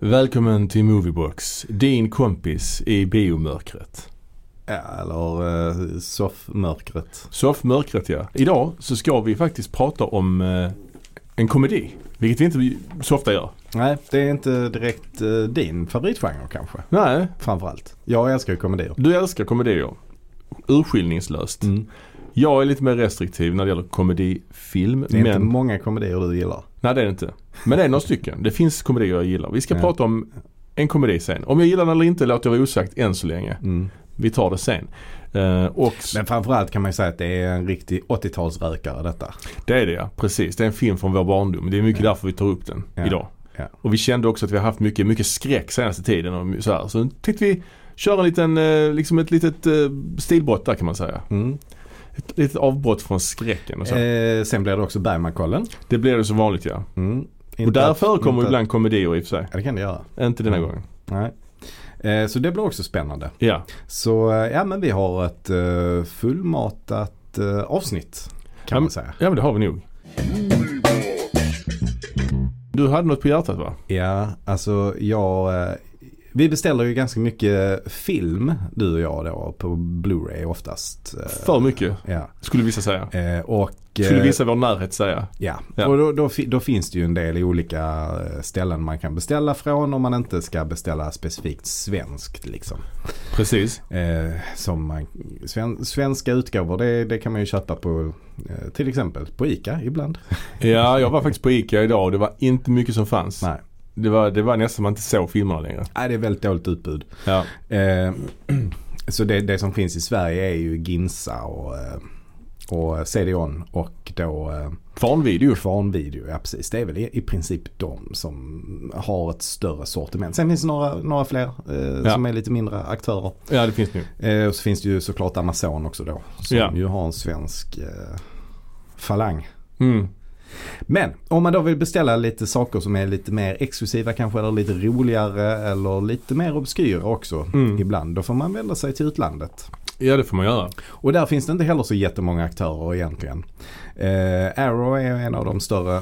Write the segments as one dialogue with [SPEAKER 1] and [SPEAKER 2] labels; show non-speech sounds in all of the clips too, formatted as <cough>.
[SPEAKER 1] Välkommen till Moviebox, din kompis i biomörkret.
[SPEAKER 2] Ja, eller eh, soffmörkret.
[SPEAKER 1] Soffmörkret ja. Idag så ska vi faktiskt prata om eh, en komedi, vilket vi inte vi så ofta gör.
[SPEAKER 2] Nej, det är inte direkt eh, din favoritgenre kanske.
[SPEAKER 1] Nej,
[SPEAKER 2] Framförallt. Jag älskar ju komedier.
[SPEAKER 1] du älskar komedier. Urskiljningslöst.
[SPEAKER 2] Mm.
[SPEAKER 1] Jag är lite mer restriktiv när det gäller komedifilm.
[SPEAKER 2] Det är inte
[SPEAKER 1] men...
[SPEAKER 2] många komedier du gillar.
[SPEAKER 1] Nej det är det inte. Men det är några stycken. Det finns komedier jag gillar. Vi ska
[SPEAKER 2] Ja.
[SPEAKER 1] prata om en komedi sen. Om jag gillar den eller inte låter jag vara osagt än så länge.
[SPEAKER 2] Mm.
[SPEAKER 1] Vi tar det sen. Eh, och
[SPEAKER 2] Men framförallt kan man ju säga att det är en riktig 80-talsrökare detta.
[SPEAKER 1] det är det ja, precis. Det är en film från vår barndom. Det är mycket därför vi tar upp den
[SPEAKER 2] Ja.
[SPEAKER 1] idag.
[SPEAKER 2] Ja.
[SPEAKER 1] Och vi kände också att vi har haft mycket, mycket skräck senaste tiden. Och så, här. så nu tänkte vi köra en liten, eh, liksom ett litet eh, stilbrott där kan man säga.
[SPEAKER 2] Mm.
[SPEAKER 1] Ett litet avbrott från skräcken och så.
[SPEAKER 2] Eh, sen blir det också Bergmankollen.
[SPEAKER 1] Det blir det som vanligt ja.
[SPEAKER 2] Mm.
[SPEAKER 1] Och
[SPEAKER 2] Inte
[SPEAKER 1] där
[SPEAKER 2] att-
[SPEAKER 1] förekommer
[SPEAKER 2] inte-
[SPEAKER 1] ibland komedier i och för sig.
[SPEAKER 2] Ja, det kan det göra.
[SPEAKER 1] Inte denna
[SPEAKER 2] Mm.
[SPEAKER 1] gången.
[SPEAKER 2] Nej. Eh, så det blir också spännande.
[SPEAKER 1] Ja.
[SPEAKER 2] Så eh, ja, men vi har ett eh, fullmatat eh, avsnitt kan
[SPEAKER 1] Ja, men-
[SPEAKER 2] man säga.
[SPEAKER 1] Ja men det har vi nog. Du hade något på hjärtat va?
[SPEAKER 2] Ja, alltså jag... eh, Vi beställer ju ganska mycket film, du och jag då, på Blu-ray oftast. Eh,
[SPEAKER 1] För mycket
[SPEAKER 2] Ja,
[SPEAKER 1] skulle vissa säga.
[SPEAKER 2] eh, och... eh,
[SPEAKER 1] Skulle vissa i vår närhet säga.
[SPEAKER 2] Ja,
[SPEAKER 1] Ja.
[SPEAKER 2] och då, då, fi- då finns det ju en del i olika eh, ställen man kan beställa från om man inte ska beställa specifikt svenskt liksom.
[SPEAKER 1] Precis.
[SPEAKER 2] Eh, som man, sven, svenska utgåvor, det, det kan man ju köpa på eh, till exempel på ICA
[SPEAKER 1] <laughs>
[SPEAKER 2] ibland.
[SPEAKER 1] Ja jag var faktiskt på ICA idag och det var inte mycket som fanns.
[SPEAKER 2] Nej,
[SPEAKER 1] Det var, det var nästan man inte såg filmerna längre.
[SPEAKER 2] Nej det är väldigt dåligt utbud.
[SPEAKER 1] Ja.
[SPEAKER 2] Eh, <clears throat> så det, det som finns i Sverige är ju Ginsa och, eh, och CD-ON och då eh,
[SPEAKER 1] Kvarnvideo.
[SPEAKER 2] Kvarnvideo. Ja, precis. Det är väl i, i princip de som har ett större sortiment. Sen finns det några, några fler eh,
[SPEAKER 1] Ja.
[SPEAKER 2] som är lite mindre aktörer.
[SPEAKER 1] Ja det finns nu.
[SPEAKER 2] Eh, och så finns det ju såklart Amazon också då. Som
[SPEAKER 1] Ja.
[SPEAKER 2] ju har en svensk eh, falang.
[SPEAKER 1] Mm.
[SPEAKER 2] Men om man då vill beställa lite saker som är lite mer exklusiva kanske eller lite roligare eller lite mer obskyra också
[SPEAKER 1] Mm.
[SPEAKER 2] ibland. Då får man vända sig till utlandet.
[SPEAKER 1] Ja det får man göra.
[SPEAKER 2] Och där finns det inte heller så jättemånga aktörer egentligen. Eh, Arrow är en av de större.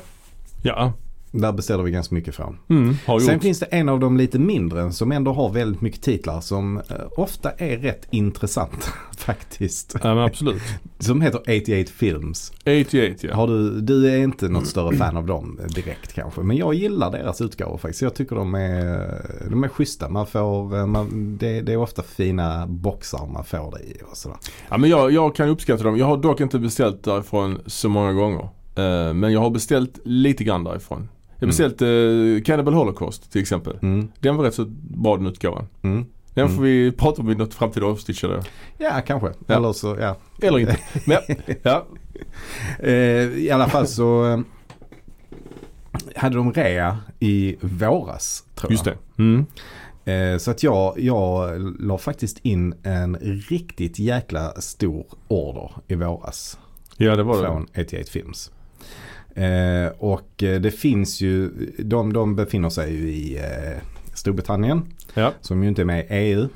[SPEAKER 1] Ja.
[SPEAKER 2] Där beställer vi ganska mycket från.
[SPEAKER 1] Mm. Har gjort.
[SPEAKER 2] Sen finns det en av de lite mindre som ändå har väldigt mycket titlar som eh, ofta är rätt intressant <laughs> faktiskt.
[SPEAKER 1] Ja men absolut.
[SPEAKER 2] Som heter 88 Films.
[SPEAKER 1] 88 ja.
[SPEAKER 2] Har du, du är inte något större fan av dem eh, direkt kanske. Men jag gillar deras utgåvor faktiskt. Jag tycker de är, de är schyssta. Man får, eh, man, det, det är ofta fina boxar man får det i och sådär.
[SPEAKER 1] Ja men jag, jag kan uppskatta dem. Jag har dock inte beställt därifrån så många gånger. Eh, men jag har beställt lite grann därifrån. Jag har
[SPEAKER 2] Mm.
[SPEAKER 1] beställt eh, Cannibal Holocaust till exempel.
[SPEAKER 2] Mm,
[SPEAKER 1] Den var rätt så bra den utgåvan.
[SPEAKER 2] mm.
[SPEAKER 1] Den
[SPEAKER 2] Mm.
[SPEAKER 1] får vi prata om i något framtida avsnitt tror jag.
[SPEAKER 2] Ja kanske.
[SPEAKER 1] Ja.
[SPEAKER 2] Eller så, ja.
[SPEAKER 1] Eller <laughs> inte. Men, ja.
[SPEAKER 2] Eh, I alla fall så eh, hade de rea i våras tror
[SPEAKER 1] Just
[SPEAKER 2] jag.
[SPEAKER 1] det. Mm.
[SPEAKER 2] Eh, så att jag, jag la faktiskt in en riktigt jäkla stor order i våras.
[SPEAKER 1] Ja det var det.
[SPEAKER 2] Från 88 Films. Eh, och eh, det finns ju, de, de befinner sig ju i eh, Storbritannien
[SPEAKER 1] Ja.
[SPEAKER 2] som ju inte är med i EU.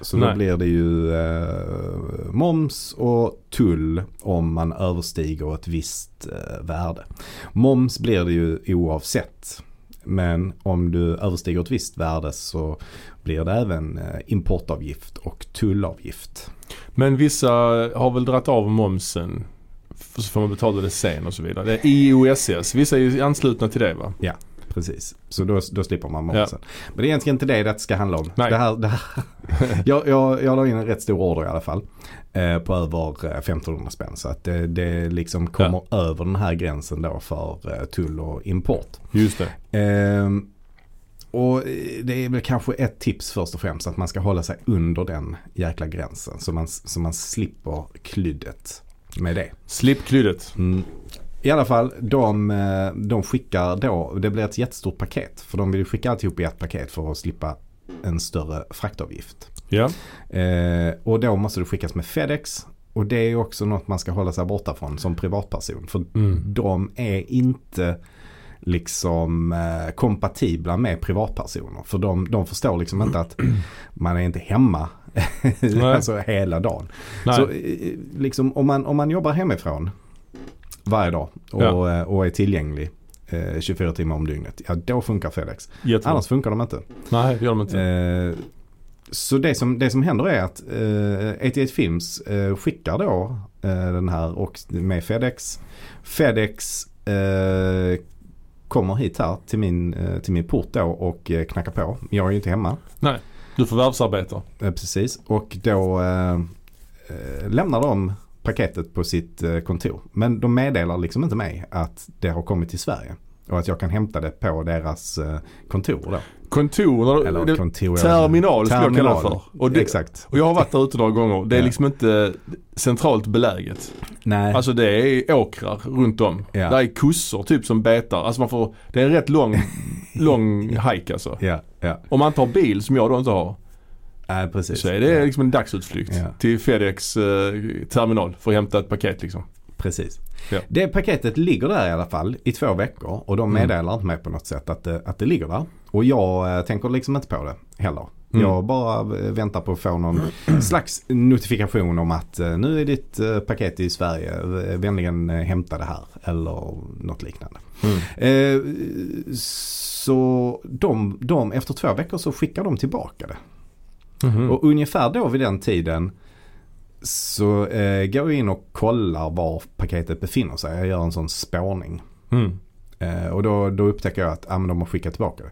[SPEAKER 2] Så
[SPEAKER 1] Nej.
[SPEAKER 2] då blir det ju eh, moms och tull om man överstiger ett visst eh, värde. Moms blir det ju oavsett. Men om du överstiger ett visst värde så blir det även eh, importavgift och tullavgift.
[SPEAKER 1] Men vissa har väl dratt av momsen. f- Så får man betala det sen och så vidare. Det är IOSS. Vissa är ju anslutna till det va?
[SPEAKER 2] Precis, så då, då slipper man momsen. Men det är egentligen inte det det ska handla om.
[SPEAKER 1] Nej.
[SPEAKER 2] Det här, det här. <laughs> jag, jag, jag la in en rätt stor order i alla fall. Eh, på över eh, 1500 spänn. Så att det, det liksom kommer över den här gränsen då för eh, tull och import.
[SPEAKER 1] Just det.
[SPEAKER 2] Ehm, och eh, det är väl kanske ett tips först och främst att man ska hålla sig under den jäkla gränsen. Så man, så man slipper klyddet med det.
[SPEAKER 1] Slippklyddet.
[SPEAKER 2] Mm. I alla fall, de, eh, de skickar då, det blir ett jättestort paket. För de vill ju skicka alltihop i ett paket för att slippa en större fraktavgift.
[SPEAKER 1] Ja.
[SPEAKER 2] Eh, och då måste det skickas med FedEx. Och det är ju också något man ska hålla sig borta från som privatperson. För
[SPEAKER 1] Mm.
[SPEAKER 2] de är inte liksom eh, kompatibla med privatpersoner. För de, de förstår liksom inte att man är inte hemma <laughs> alltså hela dagen.
[SPEAKER 1] Nej.
[SPEAKER 2] Så eh, liksom, om, man, om man jobbar hemifrån varje dag och,
[SPEAKER 1] Ja.
[SPEAKER 2] eh, och är tillgänglig eh, eh, 24 timmar om dygnet. Ja, då funkar FedEx.
[SPEAKER 1] Jättebra.
[SPEAKER 2] Annars funkar de inte.
[SPEAKER 1] Nej, det gör de inte.
[SPEAKER 2] Eh, så det som, det som händer är att eh, 88 Films eh, skickar då eh, den här och med FedEx. FedEx eh, kommer hit här till min, eh, till min port då och eh, knackar på. Jag är ju inte hemma.
[SPEAKER 1] Du förvärvsarbetar.
[SPEAKER 2] Eh, precis. Och då eh, eh, lämnar de paketet på sitt eh, kontor. Men de meddelar liksom inte mig att det har kommit till Sverige. Och att jag kan hämta det på deras eh, kontor då.
[SPEAKER 1] Kontor,
[SPEAKER 2] Eller
[SPEAKER 1] det,
[SPEAKER 2] kontor.
[SPEAKER 1] terminal skulle jag kalla det för. Och, det,
[SPEAKER 2] Exakt.
[SPEAKER 1] och jag har varit där ute några gånger. Det är
[SPEAKER 2] Ja.
[SPEAKER 1] liksom inte centralt beläget.
[SPEAKER 2] Nej.
[SPEAKER 1] Alltså det är åkrar runt om.
[SPEAKER 2] Ja.
[SPEAKER 1] Där är kossor typ som betar. Alltså man får, det är en rätt
[SPEAKER 2] <laughs>
[SPEAKER 1] lång, lång hike alltså.
[SPEAKER 2] ja, ja.
[SPEAKER 1] Om man tar bil som jag då inte har
[SPEAKER 2] Nej, precis.
[SPEAKER 1] så är det
[SPEAKER 2] Ja,
[SPEAKER 1] liksom en dagsutflykt
[SPEAKER 2] Ja.
[SPEAKER 1] till Fedex eh, terminal för att hämta ett paket liksom.
[SPEAKER 2] precis.
[SPEAKER 1] Ja.
[SPEAKER 2] Det paketet ligger där i alla fall i två veckor och de
[SPEAKER 1] Mm.
[SPEAKER 2] meddelar inte mig på något sätt att det, att det ligger där. Och jag eh, tänker liksom inte på det heller.
[SPEAKER 1] Mm.
[SPEAKER 2] Jag bara eh, väntar på att få någon <clears throat> slags notifikation om att eh, nu är ditt eh, paket i Sverige. Eh, Vänligen eh, hämta det här eller något liknande.
[SPEAKER 1] Mm.
[SPEAKER 2] Eh, så de, de, efter två veckor så skickar de tillbaka det.
[SPEAKER 1] Mhm.
[SPEAKER 2] Och ungefär då vid den tiden så eh, går jag in och kollar var paketet befinner sig. Jag gör en sån spårning.
[SPEAKER 1] Mm.
[SPEAKER 2] Eh, och då, då upptäcker jag att ah, men de har skickat tillbaka det.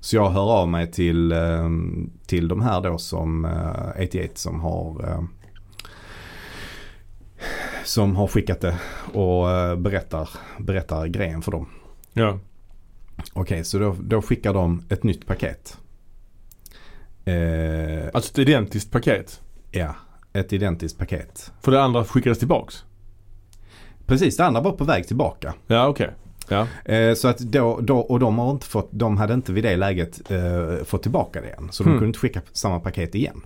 [SPEAKER 2] Så jag hör av mig till, eh, till de här då som eh, 88 som har eh, som har skickat det och eh, berättar, berättar grejen för dem.
[SPEAKER 1] Ja.
[SPEAKER 2] Okej, så då, då skickar de ett nytt paket. Eh,
[SPEAKER 1] Alltså ett identiskt paket.
[SPEAKER 2] ja, ett identiskt paket.
[SPEAKER 1] För det andra skickades tillbaks.
[SPEAKER 2] Precis, det andra var på väg tillbaka.
[SPEAKER 1] Ja okej. Ja.
[SPEAKER 2] Eh, så att då, då, och de, har inte fått, de hade inte vid det läget eh, fått tillbaka det än. Så de
[SPEAKER 1] Hmm.
[SPEAKER 2] kunde inte skicka samma paket igen.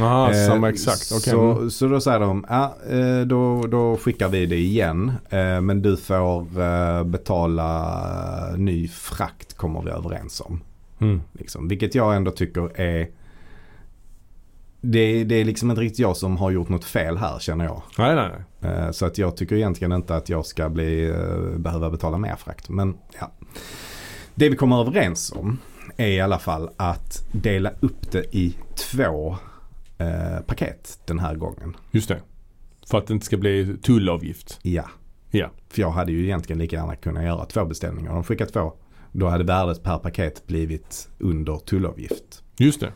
[SPEAKER 1] Aha,
[SPEAKER 2] Eh,
[SPEAKER 1] samma exakt. Okej. Mm.
[SPEAKER 2] Så, så då säger de, ja eh, då, då skickar vi det igen. Eh, men du får eh, betala eh, ny frakt kommer vi överens om.
[SPEAKER 1] Mm.
[SPEAKER 2] Liksom. Vilket jag ändå tycker är det, det är liksom inte riktigt jag som har gjort något fel här känner jag.
[SPEAKER 1] Nej nej nej.
[SPEAKER 2] Eh, Så att jag tycker egentligen inte att jag ska bli, eh, behöva betala mer frakt. Men ja. Det vi kommer överens om är i alla fall att dela upp det i två eh, paket den här gången.
[SPEAKER 1] Just det. För att det inte ska bli tullavgift.
[SPEAKER 2] Ja.
[SPEAKER 1] Ja.
[SPEAKER 2] För jag hade ju egentligen lika gärna kunnat göra två beställningar. Om de skickat två, då hade värdet per paket blivit under tullavgift.
[SPEAKER 1] Just det.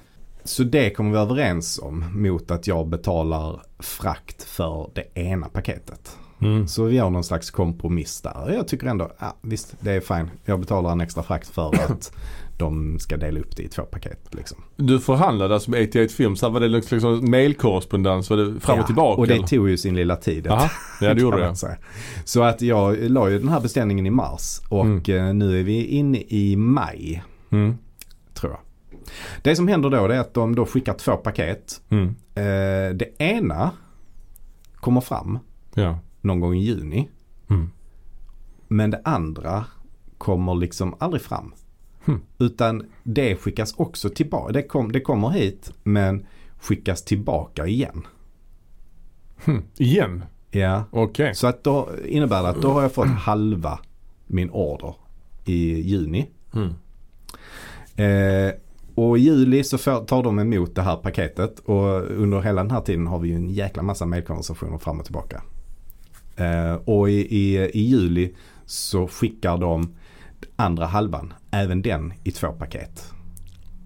[SPEAKER 2] Så det kommer vi överens om mot att jag betalar frakt för det ena paketet.
[SPEAKER 1] Mm.
[SPEAKER 2] Så vi gör någon slags kompromiss där. Jag tycker ändå, ja, visst det är fine. Jag betalar en extra frakt
[SPEAKER 1] <laughs>
[SPEAKER 2] för att de ska dela upp det i två paket. Liksom.
[SPEAKER 1] Du förhandlade alltså med 88 Films. Här var det liksom- liksom mailkorrespondens. Var det fram och
[SPEAKER 2] Ja,
[SPEAKER 1] tillbaka?
[SPEAKER 2] Och det
[SPEAKER 1] eller?
[SPEAKER 2] tog ju sin lilla tid.
[SPEAKER 1] Aha, ja det gjorde
[SPEAKER 2] kan man
[SPEAKER 1] det.
[SPEAKER 2] säga. Så att jag la ju den här beställningen i mars och eh, nu är vi inne i maj
[SPEAKER 1] Mm.
[SPEAKER 2] tror jag. Det som händer då det är att de då skickar två paket.
[SPEAKER 1] Mm.
[SPEAKER 2] Eh, Det ena kommer fram
[SPEAKER 1] Ja.
[SPEAKER 2] någon gång i juni.
[SPEAKER 1] Mm.
[SPEAKER 2] Men det andra kommer liksom aldrig fram.
[SPEAKER 1] Hmm.
[SPEAKER 2] Utan det skickas också tillbaka. Det, kom, det kommer hit men skickas tillbaka igen.
[SPEAKER 1] Hmm. Igen?
[SPEAKER 2] Ja.
[SPEAKER 1] Okej.
[SPEAKER 2] Så att då innebär det att då har jag fått halva min order i juni.
[SPEAKER 1] Mm.
[SPEAKER 2] Eh, och i juli så får, tar de emot det här paketet och under hela den här tiden har vi ju en jäkla massa mejlkonversationer fram och tillbaka. Eh, och i, i, i juli så skickar de andra halvan, även den i två paket.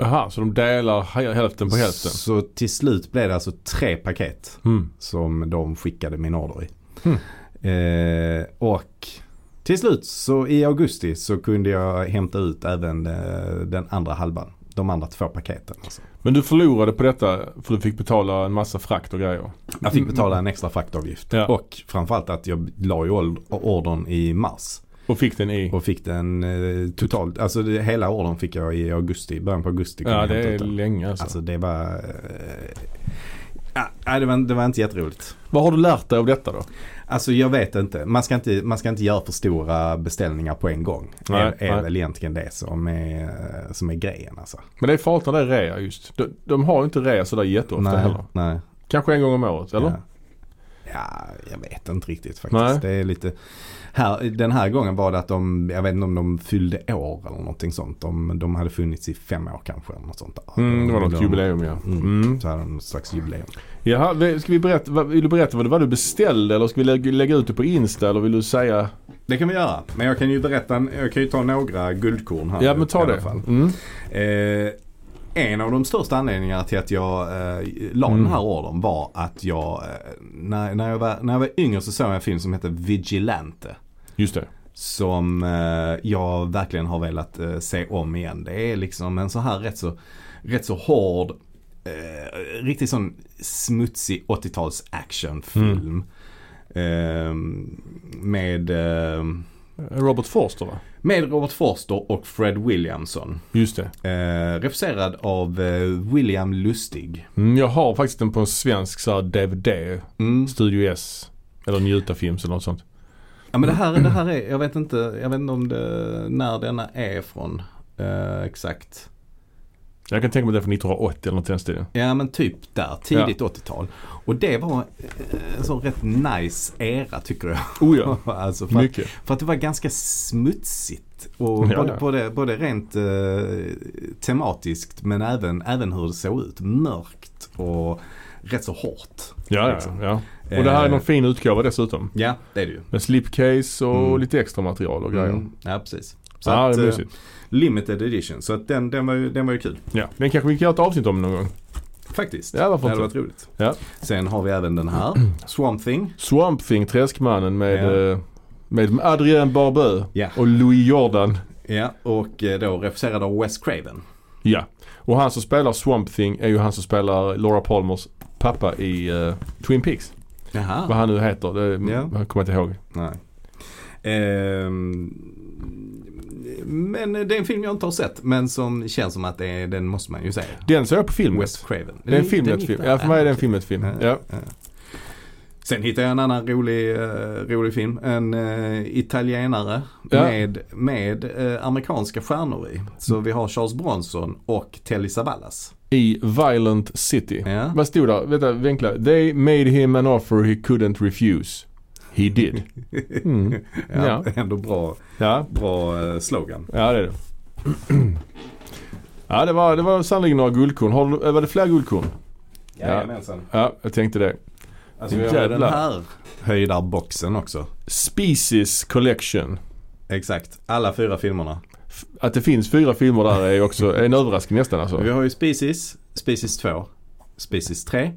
[SPEAKER 1] Aha, så de delar hä- hälften på hälften?
[SPEAKER 2] Så till slut blev det alltså tre paket
[SPEAKER 1] Mm.
[SPEAKER 2] som de skickade min order i.
[SPEAKER 1] Hmm.
[SPEAKER 2] Eh, och till slut så i augusti så kunde jag hämta ut även eh, den andra halvan. De andra två paketen. Alltså.
[SPEAKER 1] Men du förlorade på detta för du fick betala en massa frakt och grejer.
[SPEAKER 2] Jag fick betala en extra fraktavgift.
[SPEAKER 1] Mm. Ja.
[SPEAKER 2] Och framförallt att jag la ju ord- ordern i mars.
[SPEAKER 1] Och fick den i?
[SPEAKER 2] Och fick den eh, totalt, alltså det, hela ordern fick jag i augusti, början på augusti. kunde
[SPEAKER 1] Ja
[SPEAKER 2] jag
[SPEAKER 1] det
[SPEAKER 2] hämta
[SPEAKER 1] är
[SPEAKER 2] ut den.
[SPEAKER 1] länge alltså.
[SPEAKER 2] Alltså det var... Eh, ja, nej, det, var det var inte jätteroligt.
[SPEAKER 1] Vad har du lärt dig av detta då?
[SPEAKER 2] Alltså jag vet inte. Man ska inte, man ska inte göra för stora beställningar på en gång.
[SPEAKER 1] Nej,
[SPEAKER 2] är är
[SPEAKER 1] nej.
[SPEAKER 2] väl egentligen det som är, som är grejen alltså.
[SPEAKER 1] Men det är farligt när det är rea just. De, de har ju inte rea sådär jätteofta
[SPEAKER 2] nej,
[SPEAKER 1] heller.
[SPEAKER 2] nej.
[SPEAKER 1] Kanske en gång om året eller?
[SPEAKER 2] Ja. Ja, jag vet inte riktigt faktiskt.
[SPEAKER 1] Nej.
[SPEAKER 2] Det är lite... Här, den här gången var det att de, jag vet inte om de fyllde år eller någonting sånt. De, de hade funnits i fem år kanske eller något sånt där.
[SPEAKER 1] Mm, det var något
[SPEAKER 2] De-
[SPEAKER 1] jubileum ja. Mm.
[SPEAKER 2] Så hade de något slags jubileum.
[SPEAKER 1] Jaha, vi- ska vi berätta, vad- vill du berätta vad det var du beställde eller ska vi lägga, lägga ut det på Insta eller vill du säga?
[SPEAKER 2] Det kan vi göra. Men jag kan ju berätta, en- jag kan ju ta några guldkorn här.
[SPEAKER 1] Ja men
[SPEAKER 2] i
[SPEAKER 1] ta
[SPEAKER 2] alla
[SPEAKER 1] det.
[SPEAKER 2] fall.
[SPEAKER 1] Mm.
[SPEAKER 2] Eh, en av de största anledningarna till att jag eh, la
[SPEAKER 1] Mm.
[SPEAKER 2] den här ordern var att jag, eh, när, när, jag var, när jag var yngre så såg jag en film som hette Vigilante.
[SPEAKER 1] Just det.
[SPEAKER 2] Som eh, jag verkligen har velat eh, se om igen. Det är liksom en så här rätt så, rätt så hård, eh, riktigt sån smutsig 80-tals actionfilm. Ehm, med, ehm,
[SPEAKER 1] Robert Forster va?
[SPEAKER 2] med Robert Forster och Fred Williamson.
[SPEAKER 1] Just det.
[SPEAKER 2] Eh, refuserad av eh, William Lustig.
[SPEAKER 1] Mm, jag har faktiskt den på en svensk så här DVD.
[SPEAKER 2] Mm.
[SPEAKER 1] Studio S. Eller Njutafilms eller något sånt.
[SPEAKER 2] Ja men det här, det här är, jag vet inte, jag vet inte om det, när denna är från. Eh, exakt.
[SPEAKER 1] Jag kan tänka mig det är från 1980 eller något i den stilen.
[SPEAKER 2] Ja men typ där, tidigt 80-tal. Och det var eh, en sån rätt nice era tycker jag.
[SPEAKER 1] Oh ja.
[SPEAKER 2] <laughs> alltså för, att,
[SPEAKER 1] Mycket.
[SPEAKER 2] för att det var ganska smutsigt.
[SPEAKER 1] Ja,
[SPEAKER 2] Och både,
[SPEAKER 1] ja.
[SPEAKER 2] Både, både rent eh, tematiskt men även, även hur det såg ut. Mörkt och rätt så hårt.
[SPEAKER 1] Ja, ja,
[SPEAKER 2] liksom.
[SPEAKER 1] ja. Och det här är någon fin utgåva dessutom.
[SPEAKER 2] Ja det är det ju.
[SPEAKER 1] Med slipcase och
[SPEAKER 2] Mm.
[SPEAKER 1] lite extra material och grejer.
[SPEAKER 2] Mm. Ja precis. Så
[SPEAKER 1] ja,
[SPEAKER 2] att,
[SPEAKER 1] det är
[SPEAKER 2] eh,
[SPEAKER 1] mysigt.
[SPEAKER 2] limited edition. Så att den, den, var ju, den var ju kul.
[SPEAKER 1] Ja, den kanske vi kan göra ett avsnitt om någon gång.
[SPEAKER 2] Faktiskt.
[SPEAKER 1] Ja,
[SPEAKER 2] det
[SPEAKER 1] varför
[SPEAKER 2] hade
[SPEAKER 1] inte?
[SPEAKER 2] varit roligt.
[SPEAKER 1] Ja.
[SPEAKER 2] Sen har vi även
[SPEAKER 1] <clears throat>
[SPEAKER 2] den här. Swamp Thing.
[SPEAKER 1] Swamp Thing, Träskmannen med,
[SPEAKER 2] Ja.
[SPEAKER 1] eh, med Adrien Barbeau
[SPEAKER 2] Ja.
[SPEAKER 1] och Louis Jordan.
[SPEAKER 2] Ja, och eh, då refuserad av Wes Craven.
[SPEAKER 1] Ja. Och han som spelar Swamp Thing är ju han som spelar Laura Palmers pappa i eh, Twin Peaks. Vad
[SPEAKER 2] Jaha.
[SPEAKER 1] han nu heter, det
[SPEAKER 2] Ja.
[SPEAKER 1] jag kommer inte ihåg.
[SPEAKER 2] Nej. Ehm, men det är en film jag inte har sett men som känns som att det är, den måste man ju se.
[SPEAKER 1] Den såg jag på film.
[SPEAKER 2] Wes Craven.
[SPEAKER 1] Det är en
[SPEAKER 2] Den-
[SPEAKER 1] film,
[SPEAKER 2] den
[SPEAKER 1] ett
[SPEAKER 2] gick
[SPEAKER 1] film.
[SPEAKER 2] där.
[SPEAKER 1] Ja, för mig är det en
[SPEAKER 2] okej.
[SPEAKER 1] film, ett film.
[SPEAKER 2] Ja,
[SPEAKER 1] Ja.
[SPEAKER 2] ja. Sen hittade jag en annan rolig, eh, rolig film. En eh, italienare
[SPEAKER 1] Ja.
[SPEAKER 2] med, med eh, amerikanska stjärnor i. Så vi har Charles Bronson och Telly Savalas.
[SPEAKER 1] I Violent City.
[SPEAKER 2] Ja.
[SPEAKER 1] Vad stod där? Vänta, vinkla. They made him an offer he couldn't refuse. He <laughs> did. Mm.
[SPEAKER 2] Ja,
[SPEAKER 1] Ja.
[SPEAKER 2] Ändå bra,
[SPEAKER 1] Ja,
[SPEAKER 2] bra eh, slogan.
[SPEAKER 1] ja det är det. <clears throat> Ja, det var, det var sannerligen några guldkorn. Har, du- eh, var det fler guldkorn?
[SPEAKER 2] Jajamensan.
[SPEAKER 1] Ja, jag tänkte det.
[SPEAKER 2] Alltså vi har den
[SPEAKER 1] Jävlar.
[SPEAKER 2] här höjdarboxen också.
[SPEAKER 1] Species Collection.
[SPEAKER 2] Exakt, alla fyra filmerna.
[SPEAKER 1] F- Att det finns fyra filmer där är ju också en överraskning nästan alltså.
[SPEAKER 2] Vi har ju Species, Species 2, Species 3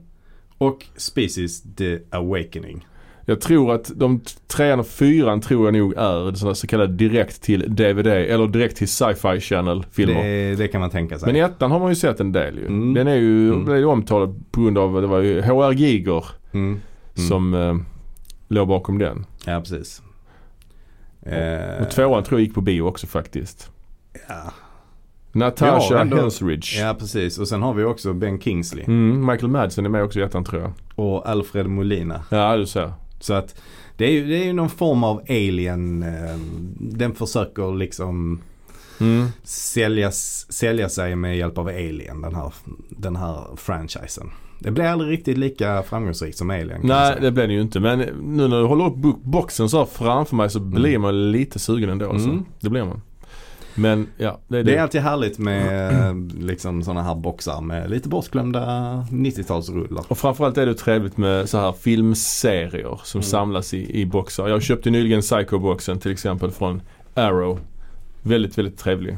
[SPEAKER 2] och Species The Awakening.
[SPEAKER 1] Jag tror att de t- trean och fyran tror jag nog är sådana så kallade direkt till DVD eller direkt till Sci-Fi Channel filmer.
[SPEAKER 2] Det, det kan man tänka sig.
[SPEAKER 1] Men ettan har man ju sett en del ju.
[SPEAKER 2] Mm.
[SPEAKER 1] Den är ju
[SPEAKER 2] Mm.
[SPEAKER 1] blev ju omtalad på grund av, det var ju HR Giger
[SPEAKER 2] mm. Mm.
[SPEAKER 1] som eh, låg bakom den.
[SPEAKER 2] Ja, precis.
[SPEAKER 1] Och tvåan tror jag gick på bio också faktiskt.
[SPEAKER 2] Eh. ja.
[SPEAKER 1] Natasha
[SPEAKER 2] Ja, ändå.
[SPEAKER 1] Hensridge.
[SPEAKER 2] ja, precis. Och sen har vi också Ben Kingsley
[SPEAKER 1] Mm, Michael Madsen är med också i ettan tror jag.
[SPEAKER 2] och Alfred Molina.
[SPEAKER 1] Ja du ser.
[SPEAKER 2] Så att det är ju, det är ju någon form av alien. eh, Den försöker liksom
[SPEAKER 1] Mm.
[SPEAKER 2] säljas, sälja sig med hjälp av Alien, den här, den här franchisen. Det blir aldrig riktigt lika framgångsrikt som Alien. kan jag
[SPEAKER 1] Nej
[SPEAKER 2] säga.
[SPEAKER 1] det blev det ju inte men nu när du håller upp bo- boxen så här framför mig så blir man lite sugen ändå alltså.
[SPEAKER 2] Mm.
[SPEAKER 1] Det blir man. Men ja, det är det.
[SPEAKER 2] det är alltid härligt med eh, liksom sådana här boxar med lite bortglömda 90-talsrullar.
[SPEAKER 1] Och framförallt är det trevligt med så här filmserier som
[SPEAKER 2] Mm.
[SPEAKER 1] samlas i, i boxar. Jag köpte nyligen Psycho-boxen till exempel från Arrow. Väldigt, väldigt trevlig.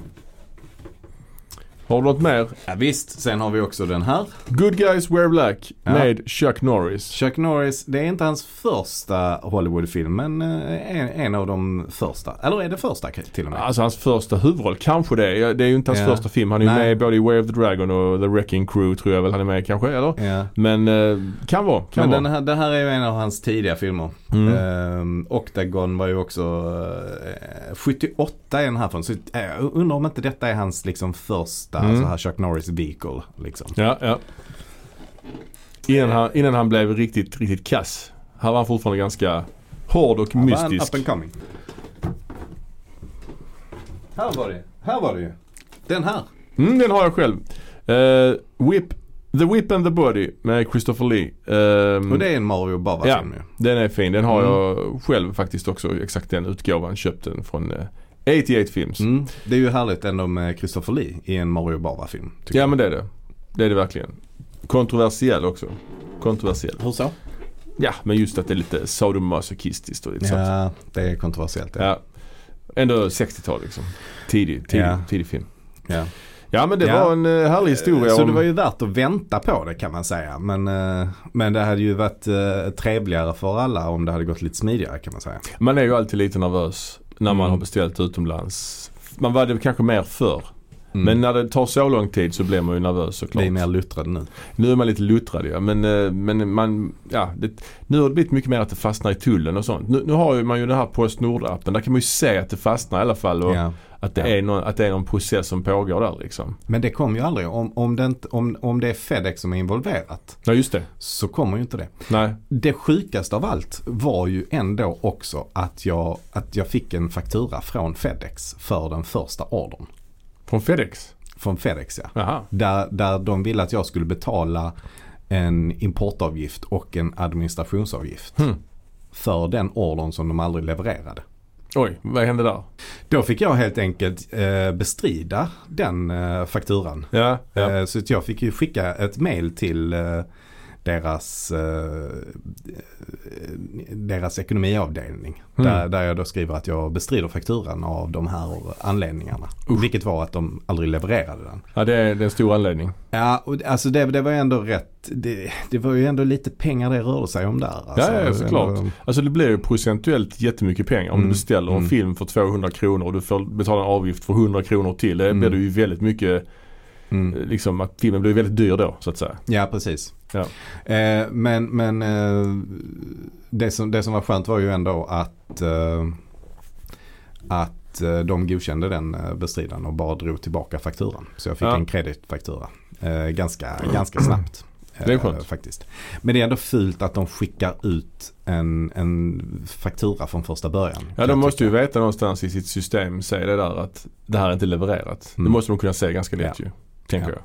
[SPEAKER 1] Har du något mer?
[SPEAKER 2] Ja, visst, sen har vi också den här.
[SPEAKER 1] Good Guys Wear Black
[SPEAKER 2] Ja.
[SPEAKER 1] med Chuck Norris.
[SPEAKER 2] Chuck Norris, det är inte hans första Hollywoodfilm men eh, en, en av de första. Eller är det första k- till och med?
[SPEAKER 1] Alltså hans första huvudroll, kanske det. är. Det är ju inte hans
[SPEAKER 2] Ja.
[SPEAKER 1] första film. Han är ju
[SPEAKER 2] Nej.
[SPEAKER 1] med både i Way of the Dragon och The Wrecking Crew tror jag väl han är med kanske, eller?
[SPEAKER 2] Ja.
[SPEAKER 1] Men eh, kan vara, kan
[SPEAKER 2] Men
[SPEAKER 1] vara.
[SPEAKER 2] den här, det här är ju en av hans tidiga filmer.
[SPEAKER 1] Mm.
[SPEAKER 2] Ehm, Octagon var ju också eh, 78 är den här från. Så eh, jag undrar om inte detta är hans liksom första
[SPEAKER 1] Mm.
[SPEAKER 2] så här Chuck Norris vehicle. Liksom.
[SPEAKER 1] Ja, ja. Innan han, innan han blev riktigt, riktigt kass. Han var fortfarande ganska hård och
[SPEAKER 2] Han var en
[SPEAKER 1] mystisk.
[SPEAKER 2] Up and coming. Här var det Här var det ju. Den här.
[SPEAKER 1] Mm, den har jag själv. Eh, Whip The Whip and the Body med Christopher Lee. Ehm,
[SPEAKER 2] Och det är en Mario Bava-film ju.
[SPEAKER 1] Den är fin. Den har
[SPEAKER 2] Mm.
[SPEAKER 1] jag själv faktiskt också exakt den utgåvan. Köpt den från eh, 88 Films.
[SPEAKER 2] Mm. Det är ju härligt ändå med Christopher Lee i en Mario Bava-film. tycker
[SPEAKER 1] Ja
[SPEAKER 2] jag.
[SPEAKER 1] men det är det. Det är det verkligen. Kontroversiell också. Kontroversiell.
[SPEAKER 2] Hur så?
[SPEAKER 1] Ja men just att det är lite sadomasochistiskt och lite sånt.
[SPEAKER 2] Ja, det är kontroversiellt. Ja.
[SPEAKER 1] Ja. Ändå 60-tal liksom. Tidig, tidig,
[SPEAKER 2] Ja.
[SPEAKER 1] tidig film.
[SPEAKER 2] Ja.
[SPEAKER 1] Ja men det
[SPEAKER 2] Ja.
[SPEAKER 1] var en eh, härlig historia.
[SPEAKER 2] Så
[SPEAKER 1] om...
[SPEAKER 2] det var ju värt att vänta på det kan man säga. Men, eh, men det hade ju varit eh, trevligare för alla om det hade gått lite smidigare kan man säga.
[SPEAKER 1] Man är ju alltid lite nervös när man
[SPEAKER 2] Mm.
[SPEAKER 1] har beställt utomlands. Man var det kanske mer förr.
[SPEAKER 2] Mm.
[SPEAKER 1] Men när det tar så lång tid så blir man ju nervös såklart.
[SPEAKER 2] Vi är mer luttrade nu.
[SPEAKER 1] Nu är man lite luttrad ja. Men, eh, men man, ja, det, nu har det blivit mycket mer att det fastnar i tullen och sånt. Nu, nu har ju man ju den här Postnord-appen. Där kan man ju se att det fastnar i alla fall. Och
[SPEAKER 2] Ja.
[SPEAKER 1] att, det
[SPEAKER 2] Ja.
[SPEAKER 1] är någon, att det är någon process som pågår där liksom.
[SPEAKER 2] Men det kom ju aldrig. Om, om, det inte, om, om det är Fedex som är involverat
[SPEAKER 1] Ja just det.
[SPEAKER 2] så kommer ju inte det.
[SPEAKER 1] Nej.
[SPEAKER 2] Det sjukaste av allt var ju ändå också att jag, att jag fick en faktura från Fedex för den första ordern.
[SPEAKER 1] Från Fedex?
[SPEAKER 2] Från Fedex ja.
[SPEAKER 1] Jaha.
[SPEAKER 2] Där, där de ville att jag skulle betala en importavgift och en administrationsavgift.
[SPEAKER 1] Hmm.
[SPEAKER 2] För den ordern som de aldrig levererade.
[SPEAKER 1] Oj, vad hände där?
[SPEAKER 2] Då fick jag helt enkelt eh, bestrida den eh, fakturan.
[SPEAKER 1] Ja, ja.
[SPEAKER 2] Eh, så att jag fick ju skicka ett mail till eh, deras, eh, deras ekonomiavdelning.
[SPEAKER 1] Mm.
[SPEAKER 2] Där, där jag då skriver att jag bestrider fakturan av de här anledningarna. Vilket var att de aldrig levererade den.
[SPEAKER 1] ja det, är, det är en stor anledning.
[SPEAKER 2] Ja, och, det- alltså det, det var ju ändå rätt. Det, det var ju ändå lite pengar det rörde sig om där. Alltså,
[SPEAKER 1] ja, ja, såklart.
[SPEAKER 2] Ändå-
[SPEAKER 1] Alltså det blir ju procentuellt jättemycket pengar. Om
[SPEAKER 2] Mm.
[SPEAKER 1] du beställer en
[SPEAKER 2] Mm.
[SPEAKER 1] film för 200 kronor och du får betala en avgift för 100 kronor till. Det
[SPEAKER 2] Mm.
[SPEAKER 1] blir det ju väldigt mycket,
[SPEAKER 2] Mm.
[SPEAKER 1] eh, liksom att filmen blir väldigt dyr då så att säga.
[SPEAKER 2] Ja, precis.
[SPEAKER 1] Ja.
[SPEAKER 2] Eh, men men eh, det, som, det som var skönt var ju ändå att, eh, att eh, de godkände den eh, bestridan och bara drog tillbaka fakturan. Så jag fick
[SPEAKER 1] Ja.
[SPEAKER 2] en kreditfaktura eh, ganska, ganska snabbt. eh,
[SPEAKER 1] Mm. Det är skönt.
[SPEAKER 2] Faktiskt. Men det är ändå fult att de skickar ut en, en faktura från första början.
[SPEAKER 1] Ja, de måste ju veta någonstans i sitt system, säg det där att det här är inte levererat. Det
[SPEAKER 2] Mm.
[SPEAKER 1] måste de kunna se ganska lätt ju, tänker
[SPEAKER 2] Ja.
[SPEAKER 1] jag.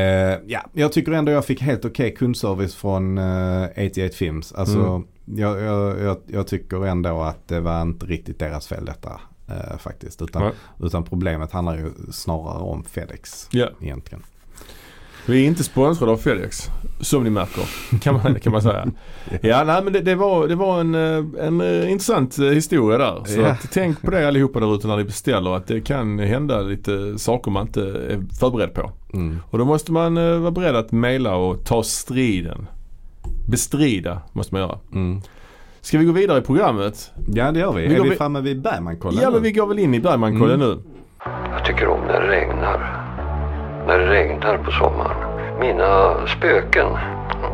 [SPEAKER 2] Eh, ja, jag tycker ändå jag fick helt okej kundservice från eh, 88 Films. Alltså,
[SPEAKER 1] Mm.
[SPEAKER 2] jag, jag, jag, jag tycker ändå att det var inte riktigt deras fel detta eh, faktiskt. Utan,
[SPEAKER 1] Nej.
[SPEAKER 2] utan problemet handlar ju snarare om Fedex
[SPEAKER 1] Ja.
[SPEAKER 2] egentligen.
[SPEAKER 1] Vi är inte sponsrade av Felix, som ni märker, kan man, kan man säga. Ja, nej men det, det var, det var en, eh, en eh, intressant eh, historia där. Så
[SPEAKER 2] Ja.
[SPEAKER 1] att, tänk på det allihopa där ute när ni beställer att det kan hända lite saker man inte är förberedd på.
[SPEAKER 2] Mm.
[SPEAKER 1] Och då måste man eh, vara beredd att mejla och ta striden. Bestrida måste man göra.
[SPEAKER 2] Mm.
[SPEAKER 1] Ska vi gå vidare i programmet?
[SPEAKER 2] Ja det gör vi.
[SPEAKER 1] Vi
[SPEAKER 2] är
[SPEAKER 1] går
[SPEAKER 2] vi
[SPEAKER 1] vid-
[SPEAKER 2] framme vid Bergmankollen
[SPEAKER 1] ja
[SPEAKER 2] nu?
[SPEAKER 1] men vi går väl in i Bergmankollen nu.
[SPEAKER 3] Jag tycker om när det regnar. När det regnar på sommaren. Mina spöken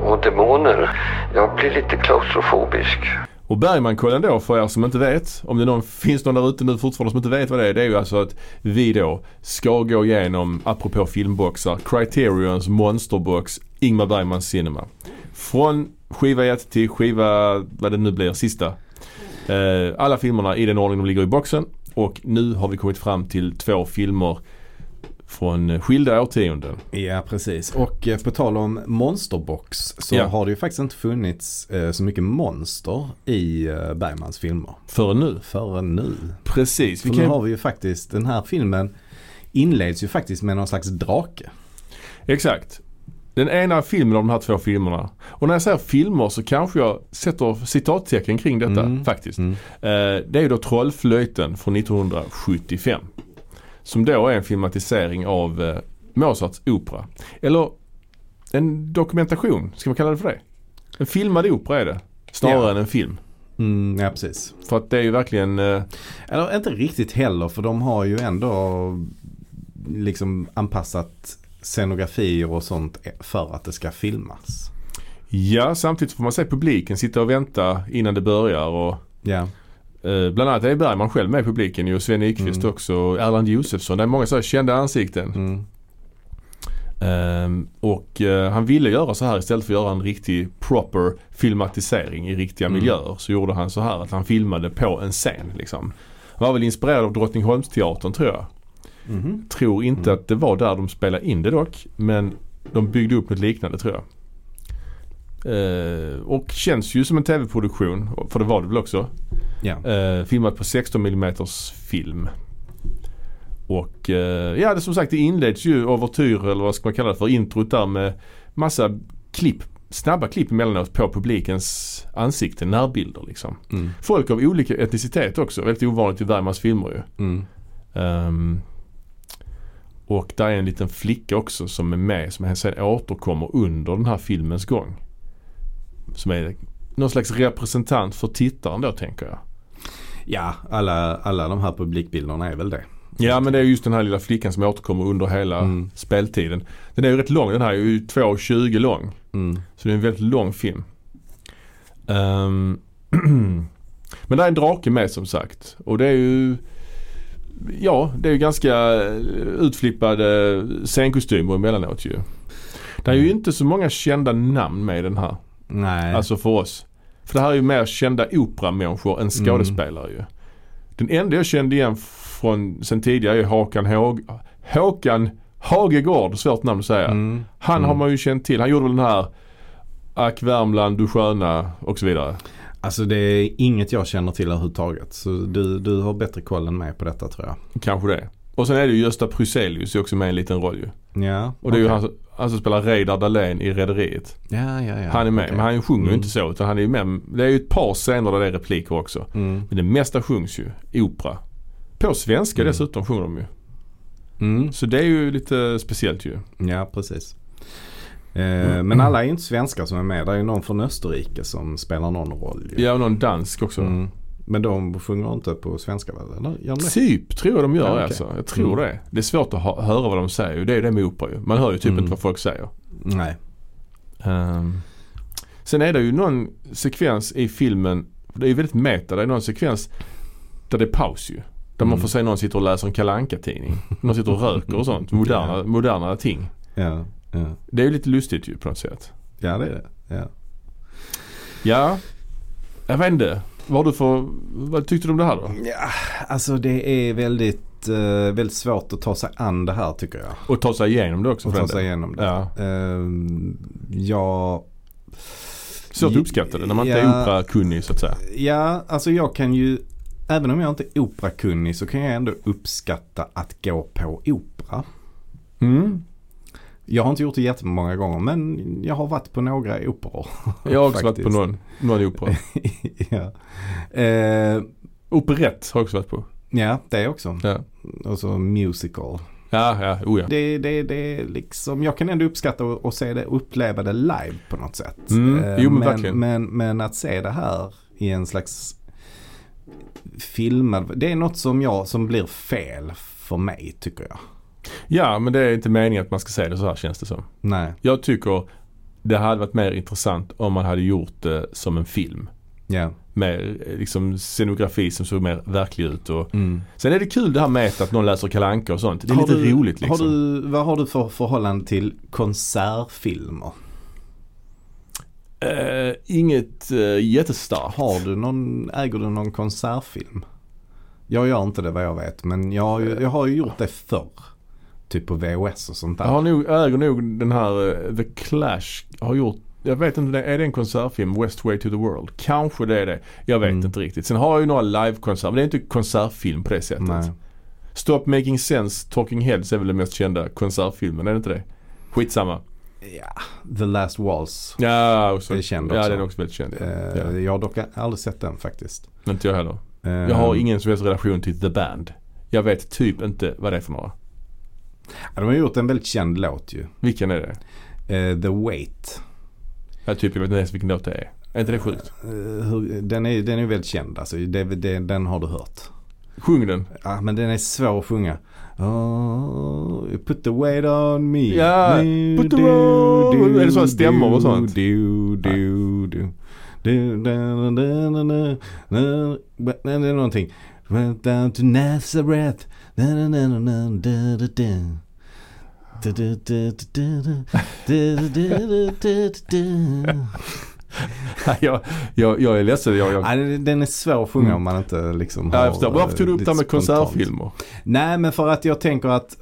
[SPEAKER 3] och demoner. Jag blir lite klaustrofobisk.
[SPEAKER 1] Och Bergmankollen då för er som inte vet, om det någon, finns någon där ute nu fortfarande som inte vet vad det är. Det är ju alltså att vi då ska gå igenom, apropå filmboxar, Criterions monsterbox Ingmar Bergmans Cinema. Från skiva 1 till skiva, vad det nu blir, sista. Eh, alla filmerna i den ordning de ligger i boxen. Och nu har vi kommit fram till två filmer från skilda årtionden.
[SPEAKER 2] Ja precis. Och eh, på tal om monsterbox så
[SPEAKER 1] Ja.
[SPEAKER 2] har det ju faktiskt inte funnits eh, så mycket monster i eh, Bergmans filmer.
[SPEAKER 1] Förrän nu.
[SPEAKER 2] Förrän nu.
[SPEAKER 1] Precis.
[SPEAKER 2] För nu har vi ju faktiskt, den här filmen inleds ju faktiskt med någon slags drake.
[SPEAKER 1] Exakt. Den ena filmen av de här två filmerna. Och när jag säger filmer så kanske jag sätter citattecken kring detta
[SPEAKER 2] Mm.
[SPEAKER 1] faktiskt.
[SPEAKER 2] Mm.
[SPEAKER 1] Eh, det är ju då Trollflöjten från 1975. Som då är en filmatisering av eh, Mozarts opera. Eller en dokumentation, ska man kalla det för det? En filmad opera är det. Snarare
[SPEAKER 2] Ja.
[SPEAKER 1] än en film.
[SPEAKER 2] Mm, ja, precis.
[SPEAKER 1] För att det är ju verkligen eh,
[SPEAKER 2] Eller inte riktigt heller för de har ju ändå liksom anpassat scenografier och sånt för att det ska filmas.
[SPEAKER 1] Ja, samtidigt får man se publiken sitta och vänta innan det börjar. Och,
[SPEAKER 2] Ja,
[SPEAKER 1] eh, bland annat är Bergman själv med i publiken ju. och Sven Nykvist
[SPEAKER 2] Mm.
[SPEAKER 1] också. och Erland Josefsson. Det är många så här kända ansikten.
[SPEAKER 2] mm.
[SPEAKER 1] Ehm, och eh, han ville göra så här istället för att göra en riktig proper filmatisering i riktiga
[SPEAKER 2] Mm.
[SPEAKER 1] miljöer. Så gjorde han så här att han filmade på en scen liksom. Han var väl inspirerad av Drottningholmsteatern tror jag.
[SPEAKER 2] Mhm.
[SPEAKER 1] Tror inte
[SPEAKER 2] Mm.
[SPEAKER 1] att det var där de spelade in det dock. Men de byggde upp något liknande tror jag. Eh, och känns ju som en tv-produktion, för det var det väl också.
[SPEAKER 2] Ja.
[SPEAKER 1] Eh, filmat på 16 mm film. Och eh, ja, det som sagt det inleds ju overtyr eller vad ska man kalla det för, introt där med massa klipp, snabba klipp emellanåt på publikens ansikten, närbilder liksom.
[SPEAKER 2] Mm.
[SPEAKER 1] Folk av olika etnicitet också, väldigt ovanligt i Bergmans filmer ju.
[SPEAKER 2] Mm.
[SPEAKER 1] Ehm, och där är en liten flicka också som är med som sen återkommer under den här filmens gång. Som är någon slags representant för tittaren då tänker jag.
[SPEAKER 2] ja, alla, alla de här publikbilderna är väl det.
[SPEAKER 1] Ja men det är just den här lilla flickan som återkommer under hela
[SPEAKER 2] Mm.
[SPEAKER 1] speltiden. Den är ju rätt lång den här är ju 2,20 lång.
[SPEAKER 2] Mm.
[SPEAKER 1] Så det är en väldigt lång film. Ehm, <clears throat> men där är en drake med som sagt. Och det är ju Ja, det är ju ganska eh, utflippade scenkostymer emellanåt ju. Det är ju inte så många kända namn med i den här.
[SPEAKER 2] Nej.
[SPEAKER 1] Alltså för oss. För det här är ju mer kända operamänniskor
[SPEAKER 2] Mm.
[SPEAKER 1] än skådespelare ju. Den enda jag kände igen från sen tidigare är Håkan Håg... Håkan Hagegård, svårt namn att säga.
[SPEAKER 2] mm.
[SPEAKER 1] Han har man ju känt till. Han gjorde väl den här Ack Värmland, du sköna och så vidare.
[SPEAKER 2] Alltså det är inget jag känner till överhuvudtaget. Så du, du har bättre koll än mig på detta tror jag.
[SPEAKER 1] Kanske det. Och sen är det ju Gösta Pruselius är också med i en liten roll ju.
[SPEAKER 2] Ja,
[SPEAKER 1] Och det är ju
[SPEAKER 2] okej.
[SPEAKER 1] han, som- han som spelar Reidar Dahlén i Rederiet.
[SPEAKER 2] Ja, ja, ja.
[SPEAKER 1] Han är med,
[SPEAKER 2] Okej.
[SPEAKER 1] men han sjunger ju
[SPEAKER 2] Mm.
[SPEAKER 1] inte så utan han är ju med. Det är ju ett par scener där det är repliker också.
[SPEAKER 2] Mm.
[SPEAKER 1] Men det mesta sjungs ju. Opera. På svenska dessutom sjunger de ju.
[SPEAKER 2] Mm.
[SPEAKER 1] Så det är ju lite speciellt ju.
[SPEAKER 2] Ja, precis. Eh, men alla är ju inte svenskar som är med. Det är ju någon från Österrike som spelar någon roll. ju.
[SPEAKER 1] Ja, och någon dansk också.
[SPEAKER 2] Mm. Men de sjunger inte på svenska väl? Eller? Gör de det?
[SPEAKER 1] Typ tror jag de gör
[SPEAKER 2] Ja, okej. Mm.
[SPEAKER 1] alltså. Jag tror det. Det är svårt att ha- höra vad de säger ju. Det är ju det med opera ju. Man hör ju typ
[SPEAKER 2] Mm.
[SPEAKER 1] inte vad folk säger.
[SPEAKER 2] Nej.
[SPEAKER 1] Ehm, Sen är det ju någon sekvens i filmen, det är ju väldigt meta, det är någon sekvens där det är paus ju. Där man
[SPEAKER 2] Mm.
[SPEAKER 1] får se någon sitter och läser en Kalle Anka-tidning. Någon sitter och röker och
[SPEAKER 2] <laughs>
[SPEAKER 1] sånt. Moderna, moderna ting.
[SPEAKER 2] Ja, ja.
[SPEAKER 1] Det är ju lite lustigt ju på något sätt.
[SPEAKER 2] ja det är det. Ja.
[SPEAKER 1] Ja, jag vet inte. Vad, har du för, vad tyckte du om det här då?
[SPEAKER 2] Ja, alltså det är väldigt, eh, väldigt svårt att ta sig an det här tycker jag.
[SPEAKER 1] Och ta sig igenom det också
[SPEAKER 2] Att
[SPEAKER 1] för
[SPEAKER 2] ta
[SPEAKER 1] den
[SPEAKER 2] sig
[SPEAKER 1] delen.
[SPEAKER 2] igenom det.
[SPEAKER 1] Ja,
[SPEAKER 2] Ehm, ja,
[SPEAKER 1] svårt att uppskatta det när man inte
[SPEAKER 2] Ja.
[SPEAKER 1] är operakunnig så att säga.
[SPEAKER 2] ja, alltså jag kan ju, även om jag inte är operakunnig så kan jag ändå uppskatta att gå på opera.
[SPEAKER 1] Mm.
[SPEAKER 2] Jag har inte gjort det jättemånga gånger men jag har varit på några operor. <laughs>
[SPEAKER 1] Jag har också varit på
[SPEAKER 2] Faktiskt.
[SPEAKER 1] någon, någon
[SPEAKER 2] <laughs>
[SPEAKER 1] opera.
[SPEAKER 2] ja. Eh,
[SPEAKER 1] Operett har jag också varit på.
[SPEAKER 2] ja, det också.
[SPEAKER 1] Ja,
[SPEAKER 2] Och så musical.
[SPEAKER 1] ja, ja. Oh, ja.
[SPEAKER 2] Det, det, det är liksom, jag kan ändå uppskatta och, och se det och uppleva det live på något sätt.
[SPEAKER 1] Mm,
[SPEAKER 2] Eh,
[SPEAKER 1] jo, men
[SPEAKER 2] men,
[SPEAKER 1] verkligen.
[SPEAKER 2] men, men att se det här i en slags filmad, det är något som, jag, som blir fel för mig tycker jag.
[SPEAKER 1] Ja, men det är inte meningen att man ska säga det så här känns det som.
[SPEAKER 2] Nej,
[SPEAKER 1] Jag tycker det hade varit mer intressant om man hade gjort det som en film.
[SPEAKER 2] ja.
[SPEAKER 1] Med eh, liksom scenografi som såg mer verklig ut. Och...
[SPEAKER 2] Mm.
[SPEAKER 1] Sen är det kul det här med att någon läser Kalle Anka och sånt. Det är
[SPEAKER 2] Har
[SPEAKER 1] lite
[SPEAKER 2] du-
[SPEAKER 1] roligt liksom.
[SPEAKER 2] Har du, vad har du för förhållande till konsertfilmer?
[SPEAKER 1] Eh, inget uh, jättestarkt.
[SPEAKER 2] Har du någon, äger du någon konsertfilm? Jag gör inte det vad jag vet men jag har ju, jag har ju gjort det förr. Typ på VHS och sånt där.
[SPEAKER 1] Jag har nog, äger nog den här eh, The Clash har gjort jag vet inte, är det en konsertfilm? West Way to the World? Kanske det är det. Jag vet
[SPEAKER 2] Mm.
[SPEAKER 1] inte riktigt. Sen har jag ju några livekonserter. Men det är inte konsertfilm på det sättet.
[SPEAKER 2] Nej.
[SPEAKER 1] Stop Making Sense, Talking Heads är väl den mest kända konsertfilmen, är det inte det? Skitsamma.
[SPEAKER 2] Ja, The Last Waltz.
[SPEAKER 1] Ja, och så,
[SPEAKER 2] Det är känd
[SPEAKER 1] Ja,
[SPEAKER 2] också.
[SPEAKER 1] den är också väldigt känd.
[SPEAKER 2] Eh,
[SPEAKER 1] Ja.
[SPEAKER 2] Jag har dock aldrig sett den faktiskt.
[SPEAKER 1] Inte jag heller.
[SPEAKER 2] Eh,
[SPEAKER 1] Jag har ingen som helst relation till The Band. Jag vet typ inte vad det är för några.
[SPEAKER 2] De har gjort en väldigt känd låt ju.
[SPEAKER 1] Vilken är det?
[SPEAKER 2] Eh, The Wait.
[SPEAKER 1] Jag typ, jag vet inte ens vilken låt det är. Är inte det sjukt?
[SPEAKER 2] Eh, hur- Den är, den är väldigt känd alltså. Det, det, den har du hört.
[SPEAKER 1] Sjung den.
[SPEAKER 2] Ah, men den är svår att sjunga. Oh, put the weight on me.
[SPEAKER 1] Ja, put the weight- är det så här stämmor och sånt?
[SPEAKER 2] Do, do, do. Do, da, da, da, da, da, da. Men Det är någonting. Went down to Nazareth. Da, da, da, da, da, da, da, da. Da, da, da, da, da, da. Da, da, da, da, da, da, da.
[SPEAKER 1] jag, jag, jag är ledsen. Jag, jag,
[SPEAKER 2] Nej, den- den är svår att sjunga
[SPEAKER 1] Mm.
[SPEAKER 2] om man inte liksom
[SPEAKER 1] Ja, jag förstår. Varför tog du
[SPEAKER 2] eh,
[SPEAKER 1] upp det här med
[SPEAKER 2] lite spontant.
[SPEAKER 1] konsertfilmer?
[SPEAKER 2] Nej, men för att jag tänker att,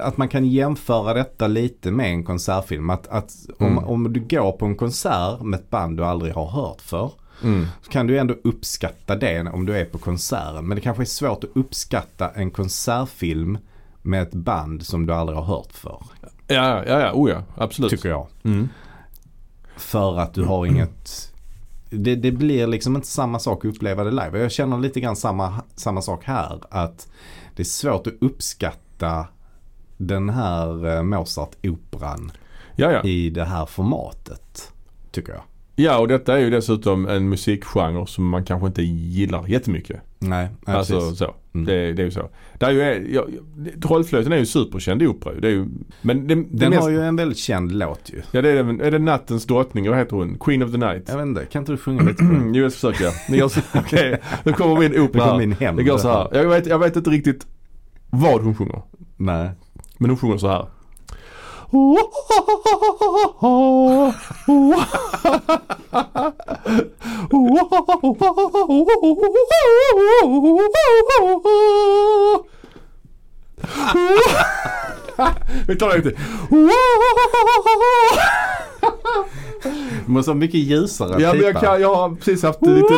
[SPEAKER 2] att man kan jämföra detta lite med en konsertfilm. Att, att
[SPEAKER 1] Mm.
[SPEAKER 2] om, om du går på en konsert med ett band du aldrig har hört för så kan du ändå uppskatta det om du är på konserten. Men det kanske är svårt att uppskatta en konsertfilm med ett band som du aldrig har hört för.
[SPEAKER 1] Ja, ja, ja. Oh ja. Absolut.
[SPEAKER 2] Tycker jag.
[SPEAKER 1] Mm.
[SPEAKER 2] För att du har inget... Det, det blir liksom inte samma sak att uppleva det live. Och Jag känner lite grann samma, samma sak här. Att det är svårt att uppskatta den här eh, Mozart-operan
[SPEAKER 1] Ja, ja.
[SPEAKER 2] i det här formatet. Tycker jag.
[SPEAKER 1] ja, och detta är ju dessutom en musikgenre som man kanske inte gillar jättemycket.
[SPEAKER 2] Nej, nej
[SPEAKER 1] alltså
[SPEAKER 2] precis.
[SPEAKER 1] så.
[SPEAKER 2] Mm.
[SPEAKER 1] Det, det är ju så. Det är ju, jag, jag- Trollflöjten är ju superkänd i opera. ju. Det är ju, men det, det
[SPEAKER 2] Den
[SPEAKER 1] mest,
[SPEAKER 2] har ju en väldigt känd låt ju.
[SPEAKER 1] Ja, det är, den- är det Nattens drottning? Vad heter hon? Queen of the Night?
[SPEAKER 2] Jag vet inte, kan inte du sjunga lite
[SPEAKER 1] <clears throat>
[SPEAKER 2] på den?
[SPEAKER 1] Mm, Jo, jag försöker jag. Det går
[SPEAKER 2] <laughs>
[SPEAKER 1] så- Okej, nu kommer min
[SPEAKER 2] Det
[SPEAKER 1] opera.
[SPEAKER 2] kom
[SPEAKER 1] här.
[SPEAKER 2] min hem.
[SPEAKER 1] Det går så här. Jag vet, jag vet inte riktigt vad hon sjunger.
[SPEAKER 2] Nej.
[SPEAKER 1] Men hon sjunger så
[SPEAKER 2] <laughs>
[SPEAKER 1] här. Vi tar det en gång till.
[SPEAKER 2] Du måste ha mycket ljusare
[SPEAKER 1] Ja, men jag,
[SPEAKER 2] pipa.
[SPEAKER 1] kan, jag har precis haft lite...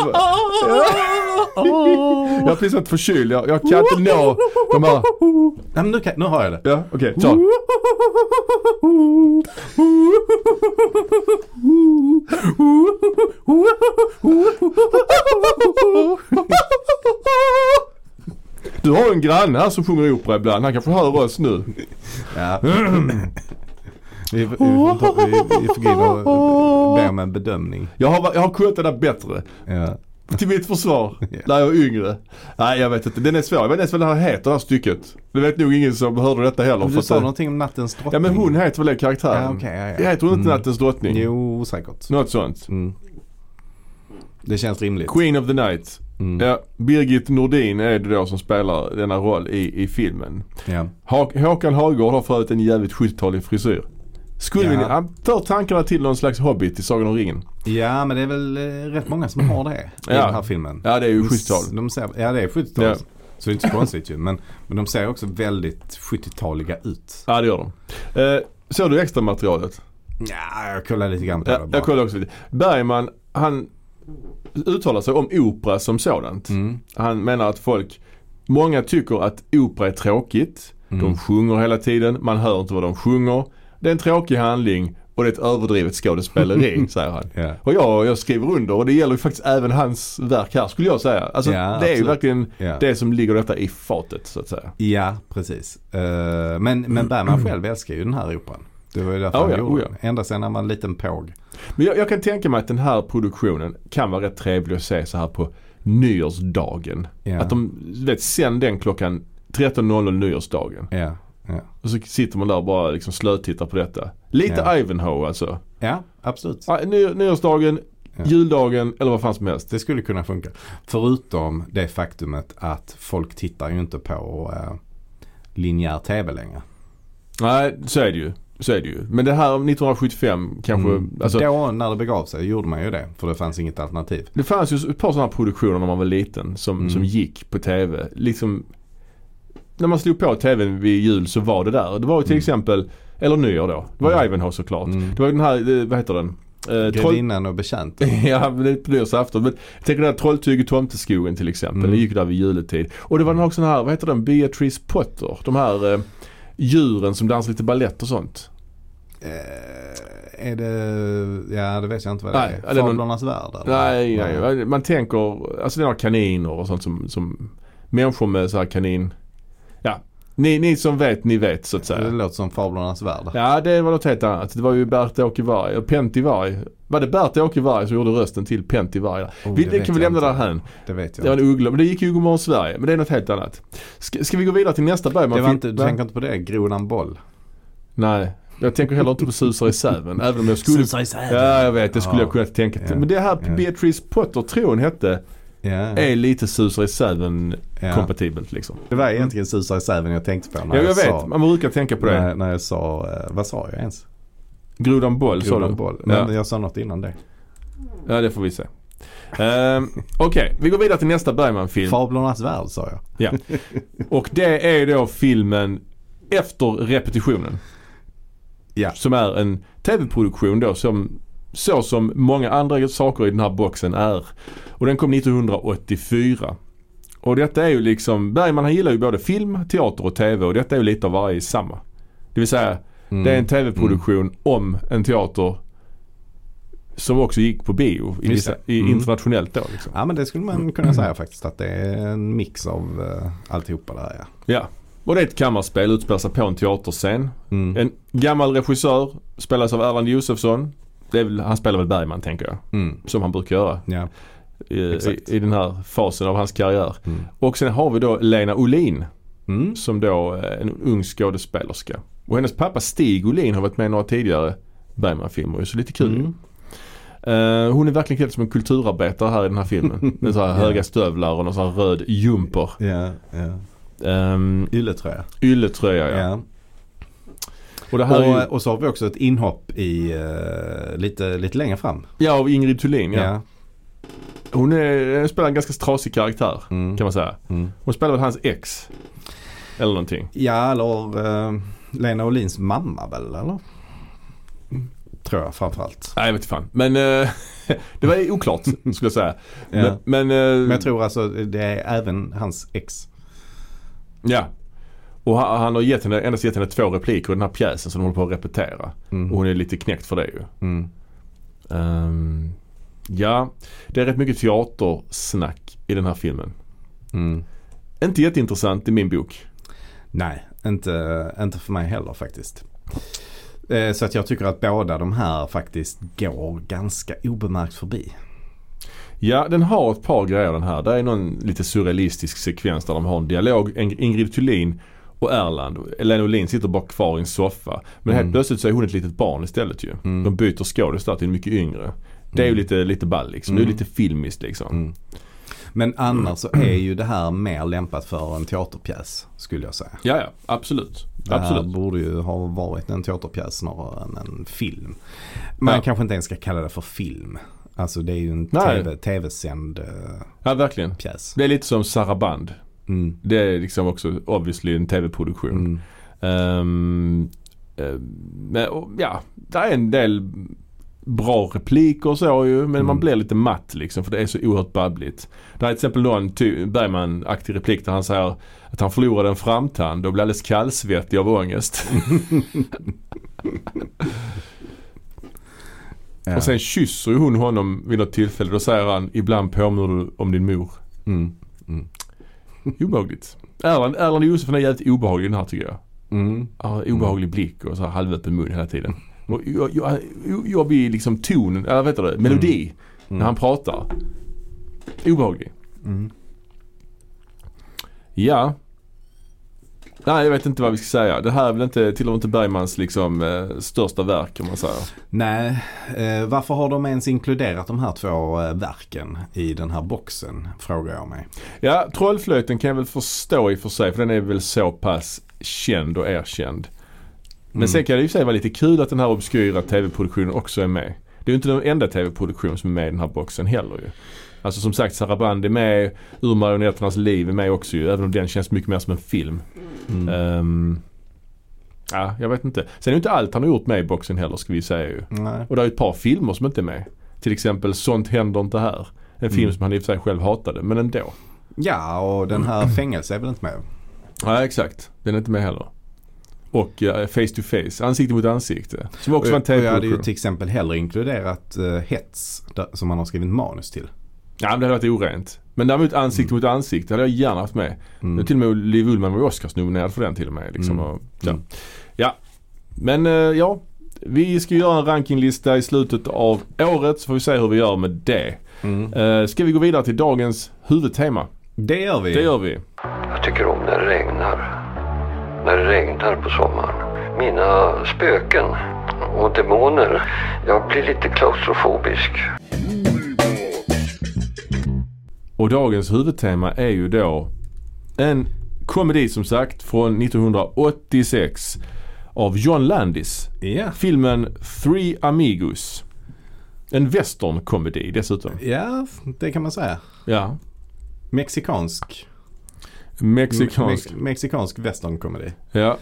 [SPEAKER 1] Jag har precis varit förkyld. Jag, jag kan inte nå de här...
[SPEAKER 2] Nej, men nu, kan, nu har jag det.
[SPEAKER 1] Ja, okej. ta. Du har ju en granne här som sjunger opera ibland. Han kanske hör oss nu.
[SPEAKER 2] Ja. Vi, vi, vi, får- vi, vi får gå in och be om en bedömning.
[SPEAKER 1] Jag har, jag har kunnat det där bättre.
[SPEAKER 2] Ja.
[SPEAKER 1] Till mitt försvar.
[SPEAKER 2] <laughs> Ja.
[SPEAKER 1] När jag var yngre. Nej, jag vet inte. Den är svår. Jag vet inte ens vad den här heter, det här stycket. Det vet nog ingen som hörde detta heller.
[SPEAKER 2] Men
[SPEAKER 1] för
[SPEAKER 2] Du
[SPEAKER 1] att
[SPEAKER 2] sa
[SPEAKER 1] det-
[SPEAKER 2] någonting om nattens drottning.
[SPEAKER 1] Ja, men hon heter väl den karaktären?
[SPEAKER 2] Ja, okej, ja, ja.
[SPEAKER 1] Jag heter hon inte Nattens drottning?
[SPEAKER 2] Jo, säkert.
[SPEAKER 1] Något sånt.
[SPEAKER 2] Mm. Det känns rimligt.
[SPEAKER 1] Queen of the Night.
[SPEAKER 2] Mm.
[SPEAKER 1] Ja, Birgit Nordin är det då som spelar denna roll i, i filmen.
[SPEAKER 2] Ja.
[SPEAKER 1] Ha Håkan Hagård har förut en jävligt 70-talig frisyr. Skulle vi,
[SPEAKER 2] Ja.
[SPEAKER 1] han tar tankarna till någon slags hobbit i Sagan om ringen.
[SPEAKER 2] ja, men det är väl eh, rätt många som har det i
[SPEAKER 1] Ja.
[SPEAKER 2] den här filmen.
[SPEAKER 1] Ja det är ju
[SPEAKER 2] De s-
[SPEAKER 1] 70-tal.
[SPEAKER 2] De ser, ja, det är 70-tal.
[SPEAKER 1] Ja.
[SPEAKER 2] Så det är inte så konstigt ju. Men, men de ser också väldigt 70-taliga ut.
[SPEAKER 1] Ja det gör de. Eh, såg du extra materialet?
[SPEAKER 2] Ja, jag kollar lite grann på det
[SPEAKER 1] Ja,
[SPEAKER 2] bara.
[SPEAKER 1] jag kollade också lite. Bergman han uttalar sig om opera som sådant.
[SPEAKER 2] Mm.
[SPEAKER 1] Han menar att folk, många tycker att opera är tråkigt.
[SPEAKER 2] Mm.
[SPEAKER 1] De sjunger hela tiden, man hör inte vad de sjunger. Det är en tråkig handling och det är ett överdrivet skådespeleri, säger han.
[SPEAKER 2] <laughs> Ja.
[SPEAKER 1] Och jag, jag skriver under och det gäller ju faktiskt även hans verk här skulle jag säga. Alltså
[SPEAKER 2] Ja,
[SPEAKER 1] det är ju
[SPEAKER 2] absolut.
[SPEAKER 1] verkligen
[SPEAKER 2] Ja.
[SPEAKER 1] det som ligger detta i fatet så att säga.
[SPEAKER 2] Ja, precis. Eh, men, men Bergman själv älskar ju den här operan. Det var ju därför
[SPEAKER 1] Oh
[SPEAKER 2] han
[SPEAKER 1] Mm. ja,
[SPEAKER 2] gjorde
[SPEAKER 1] oh ja.
[SPEAKER 2] den. Ända sedan han var en liten påg.
[SPEAKER 1] Men jag, jag kan tänka mig att den här produktionen kan vara rätt trevlig att se så här på nyårsdagen.
[SPEAKER 2] Ja.
[SPEAKER 1] Att de, du vet, sänd den klockan 13.00 nyårsdagen.
[SPEAKER 2] Ja, ja.
[SPEAKER 1] Och så sitter man där och bara liksom slötittar på detta. Lite
[SPEAKER 2] Ja.
[SPEAKER 1] Ivanhoe alltså.
[SPEAKER 2] ja absolut.
[SPEAKER 1] Ja, ny, nyårsdagen,
[SPEAKER 2] Ja.
[SPEAKER 1] juldagen eller vad fan som helst.
[SPEAKER 2] Det skulle kunna funka. Förutom det faktumet att folk tittar ju inte på eh, linjär tv längre.
[SPEAKER 1] Nej, så är det ju. Så är det ju. Men det här 1975 kanske,
[SPEAKER 2] Mm.
[SPEAKER 1] alltså,
[SPEAKER 2] Då när det begav sig gjorde man ju det. För det fanns inget alternativ.
[SPEAKER 1] Det fanns ju ett par sådana här produktioner när man var liten som,
[SPEAKER 2] Mm.
[SPEAKER 1] som gick på TV. Liksom, när man slog på TVn vid jul så var det där. Det var ju till
[SPEAKER 2] Mm.
[SPEAKER 1] exempel, eller nyår då. Det var ju
[SPEAKER 2] Mm.
[SPEAKER 1] Ivanhoe såklart.
[SPEAKER 2] Mm.
[SPEAKER 1] Det var ju den här, eh, vad heter den? Eh, troll...
[SPEAKER 2] Grevinnan och betjänten.
[SPEAKER 1] <laughs> Ja, men det är på nyårsafton. Men jag tänker den här Trolltyg i Tomteskogen till exempel.
[SPEAKER 2] Mm.
[SPEAKER 1] Den gick ju där vid juletid. Och det var den här också den här, vad heter den, Beatrice Potter. De här eh, djuren som dansar lite ballett och sånt.
[SPEAKER 2] Eh, är det, ja det vet jag inte vad det
[SPEAKER 1] Nej, är
[SPEAKER 2] är.
[SPEAKER 1] det någon-
[SPEAKER 2] Fablernas värld? eller?
[SPEAKER 1] Nej, nej, Man tänker, alltså den har kaniner och sånt som, som människor med så här kanin... Ja, ni, ni som vet, ni vet så att
[SPEAKER 2] Det
[SPEAKER 1] säga.
[SPEAKER 2] låter som Fablernas värld.
[SPEAKER 1] Ja, det var något helt annat. Det var ju Bert-Åke Varg, och Pentti Varg. Var det Bert-Åke Varg som gjorde rösten till Pentti Varg?
[SPEAKER 2] Oh,
[SPEAKER 1] vi,
[SPEAKER 2] det
[SPEAKER 1] det
[SPEAKER 2] vet
[SPEAKER 1] kan vi
[SPEAKER 2] jag
[SPEAKER 1] lämna
[SPEAKER 2] inte.
[SPEAKER 1] därhän.
[SPEAKER 2] Det vet jag
[SPEAKER 1] Det var en uggla, men det gick ju Godmorgon Sverige. Men det är något helt annat. Ska, ska vi gå vidare till nästa Bergman?
[SPEAKER 2] Det var inte, du tänker inte på det? Grodan Boll?
[SPEAKER 1] Nej, jag tänker heller inte på Susar i
[SPEAKER 2] <laughs>
[SPEAKER 1] Säven. även om jag skulle...
[SPEAKER 2] i säden.
[SPEAKER 1] Ja, jag vet. Det skulle
[SPEAKER 2] Ja.
[SPEAKER 1] jag kunna tänka till.
[SPEAKER 2] Ja.
[SPEAKER 1] Men det här
[SPEAKER 2] Ja.
[SPEAKER 1] Beatrice Potter, tror hon hette.
[SPEAKER 2] Ja.
[SPEAKER 1] är lite susar i säven
[SPEAKER 2] Ja.
[SPEAKER 1] kompatibelt liksom.
[SPEAKER 2] Det var egentligen Susar i säven jag tänkte på när
[SPEAKER 1] Ja, jag
[SPEAKER 2] sa,
[SPEAKER 1] vet, man brukar tänka på det.
[SPEAKER 2] När, när jag sa, eh, vad sa jag ens?
[SPEAKER 1] Grodan boll sa du.
[SPEAKER 2] Grodan Boll. Men
[SPEAKER 1] Ja.
[SPEAKER 2] jag sa något innan det.
[SPEAKER 1] Ja, det får vi se. Ehm, Okej, vi går vidare till nästa Bergman-film.
[SPEAKER 2] Fablernas värld sa jag.
[SPEAKER 1] Ja. Och det är då filmen efter repetitionen.
[SPEAKER 2] Ja.
[SPEAKER 1] Som är en tv-produktion då som så som många andra saker i den här boxen är. Och den kom 1984. Och detta är ju liksom, Bergman han gillar ju både film, teater och tv och detta är ju lite av varje i samma. Det vill säga, det
[SPEAKER 2] Mm.
[SPEAKER 1] är en tv-produktion om en teater som också gick på bio i,
[SPEAKER 2] Just
[SPEAKER 1] vissa,
[SPEAKER 2] det.
[SPEAKER 1] i
[SPEAKER 2] Mm.
[SPEAKER 1] internationellt då. Liksom.
[SPEAKER 2] Ja men det skulle man kunna säga faktiskt att det är en mix av uh, alltihopa där ja.
[SPEAKER 1] Ja, och det är ett kammarspel utspelar sig på en teaterscen.
[SPEAKER 2] Mm.
[SPEAKER 1] En gammal regissör spelas av Erland Josefsson. Det är väl, han spelar väl Bergman tänker jag.
[SPEAKER 2] Mm.
[SPEAKER 1] Som han brukar göra
[SPEAKER 2] Ja.
[SPEAKER 1] i, i,
[SPEAKER 2] Exakt.
[SPEAKER 1] i den här fasen av hans karriär.
[SPEAKER 2] Mm.
[SPEAKER 1] Och sen har vi då Lena Olin
[SPEAKER 2] Mm.
[SPEAKER 1] som då är en ung skådespelerska. Och hennes pappa Stig Olin har varit med i några tidigare Bergman-filmer ju, så lite kul.
[SPEAKER 2] Mm.
[SPEAKER 1] Eh, hon är verkligen klädd som en kulturarbetare här i den här
[SPEAKER 2] <laughs>
[SPEAKER 1] filmen. Med så här höga stövlar och någon sån här röd jumper.
[SPEAKER 2] Ja, ja.
[SPEAKER 1] Um,
[SPEAKER 2] Ylletröja.
[SPEAKER 1] ylletröja ja.
[SPEAKER 2] Ja.
[SPEAKER 1] Och eh, det här är ju...
[SPEAKER 2] Och, och så har vi också ett inhopp i eh, lite, lite längre fram.
[SPEAKER 1] Ja, av Ingrid Thulin ja.
[SPEAKER 2] Ja.
[SPEAKER 1] Hon är, eh, spelar en ganska trasig karaktär
[SPEAKER 2] Mm.
[SPEAKER 1] kan man säga.
[SPEAKER 2] Mm.
[SPEAKER 1] Hon spelar väl hans ex. Eller någonting.
[SPEAKER 2] Ja, eller eh, Lena Olins mamma väl, eller? Tror jag framförallt.
[SPEAKER 1] Nej jag vet inte fan. Men eh, <laughs> det var oklart skulle jag säga.
[SPEAKER 2] Ja.
[SPEAKER 1] Men, men, eh,
[SPEAKER 2] Men jag tror alltså det är även hans ex.
[SPEAKER 1] ja. Och han, han har gett henne, endast gett henne två repliker i den här pjäsen som de håller på att repetera.
[SPEAKER 2] Mm.
[SPEAKER 1] Och hon är lite knäckt för det ju.
[SPEAKER 2] Mm.
[SPEAKER 1] Ehm, ja, det är rätt mycket teatersnack i den här filmen.
[SPEAKER 2] Mm.
[SPEAKER 1] Inte jätteintressant i min bok.
[SPEAKER 2] Nej, inte, inte för mig heller faktiskt. Eh, Så att jag tycker att båda de här faktiskt går ganska obemärkt förbi.
[SPEAKER 1] Ja, den har ett par grejer den här. Det är någon lite surrealistisk sekvens där de har en dialog. Ing- Ingrid Thulin och Erland. Lena Olin sitter bara kvar i en soffa. Men
[SPEAKER 2] Mm.
[SPEAKER 1] helt plötsligt så är hon ett litet barn istället ju.
[SPEAKER 2] Mm.
[SPEAKER 1] De byter skådis där till en mycket yngre. Det är ju
[SPEAKER 2] Mm.
[SPEAKER 1] lite, lite ball liksom. Det är
[SPEAKER 2] Mm.
[SPEAKER 1] lite filmiskt liksom.
[SPEAKER 2] Mm. Men annars så är ju det här mer lämpat för en teaterpjäs skulle jag säga.
[SPEAKER 1] Ja, ja. Absolut.
[SPEAKER 2] Det här
[SPEAKER 1] Absolut.
[SPEAKER 2] Eh, borde ju ha varit en teaterpjäs snarare än en film. Man
[SPEAKER 1] Ja.
[SPEAKER 2] kanske inte ens ska kalla det för film. Alltså det är ju en
[SPEAKER 1] Nej.
[SPEAKER 2] TV, tv-sänd eh,
[SPEAKER 1] Ja, verkligen.
[SPEAKER 2] pjäs.
[SPEAKER 1] Det är lite som Saraband.
[SPEAKER 2] Mm.
[SPEAKER 1] Det är liksom också obviously en tv-produktion.
[SPEAKER 2] Mm.
[SPEAKER 1] Ehm, eh, men, och, ja, det är en del bra repliker och så ju. Men man
[SPEAKER 2] Mm.
[SPEAKER 1] blir lite matt liksom för det är så oerhört babbligt. Det är till exempel någon ty- Bergman-aktig replik där han säger att han förlorade en framtand och blev alldeles kallsvettig av
[SPEAKER 2] <laughs>
[SPEAKER 1] ångest.
[SPEAKER 2] Ja.
[SPEAKER 1] och sen kysser ju hon honom vid något tillfälle. Då säger han ibland påminner du om din mor.
[SPEAKER 2] Mm.
[SPEAKER 1] Obehagligt. Erland, Erland Josefsson är jävligt obehaglig i den här tycker jag.
[SPEAKER 2] Mm.
[SPEAKER 1] Ja, obehaglig blick och så här halvöppen mun hela tiden. Och jag, jag, jag, jag blir liksom tonen, eller vet du det, melodi när han pratar. Obehaglig.
[SPEAKER 2] Mm.
[SPEAKER 1] Ja. Nej jag vet inte vad vi ska säga. Det här är väl inte, till och med inte Bergmans liksom eh, största verk om man säger.
[SPEAKER 2] Nej, eh, varför har de ens inkluderat de här två eh, verken i den här boxen? Frågar jag mig.
[SPEAKER 1] Ja Trollflöjten kan jag väl förstå i och för sig för den är väl så pass känd och erkänd. Men
[SPEAKER 2] Mm.
[SPEAKER 1] sen kan det ju i och för sig vara lite kul att den här obskyra tv-produktionen också är med. Det är ju inte den enda tv-produktion som är med i den här boxen heller ju. Alltså som sagt Saraband är med, Ur marionetternas liv är med också ju. Även om den känns mycket mer som en film.
[SPEAKER 2] Mm.
[SPEAKER 1] Ehm, ja, jag vet inte. Sen är ju inte allt han har gjort med i boxen heller ska vi säga ju.
[SPEAKER 2] Nej.
[SPEAKER 1] Och det är ju ett par filmer som inte är med. Till exempel Sånt händer inte här. En film
[SPEAKER 2] Mm.
[SPEAKER 1] som han i och för sig själv hatade, men ändå.
[SPEAKER 2] Ja, och den
[SPEAKER 1] <clears throat>
[SPEAKER 2] här fängelse är väl inte med?
[SPEAKER 1] Ja, exakt. Den är inte med heller. Och eh, Face to Face, Ansikte mot ansikte. Som också var en
[SPEAKER 2] Och jag- och jag hade ju
[SPEAKER 1] tv-produktion.
[SPEAKER 2] till exempel hellre inkluderat eh, hets där, som man har skrivit manus till.
[SPEAKER 1] Ja, men det hade varit orent. Men däremot Ansikte mot ansikte hade jag gärna haft med.
[SPEAKER 2] Mm.
[SPEAKER 1] Till och med Liv Ullmann var ju Oscarsnominerad för den till och med. Liksom.
[SPEAKER 2] Mm.
[SPEAKER 1] Och, ja.
[SPEAKER 2] Mm.
[SPEAKER 1] ja, men eh, ja. Vi ska göra en rankinglista i slutet av året så får vi se hur vi gör med det.
[SPEAKER 2] Mm.
[SPEAKER 1] Eh, Ska vi gå vidare till dagens huvudtema?
[SPEAKER 2] Det gör vi.
[SPEAKER 1] Det gör vi.
[SPEAKER 3] Jag tycker om när det regnar. När det regnar på sommaren. Mina spöken och demoner. Jag blir lite klaustrofobisk.
[SPEAKER 1] Och dagens huvudtema är ju då en komedi som sagt från 1986 av John Landis.
[SPEAKER 2] Ja.
[SPEAKER 1] Filmen Three Amigos. En westernkomedi dessutom.
[SPEAKER 2] Ja, det kan man säga.
[SPEAKER 1] Ja.
[SPEAKER 2] Mexikansk.
[SPEAKER 1] Mexikansk.
[SPEAKER 2] Me- mexikansk westernkomedi.
[SPEAKER 1] Ja.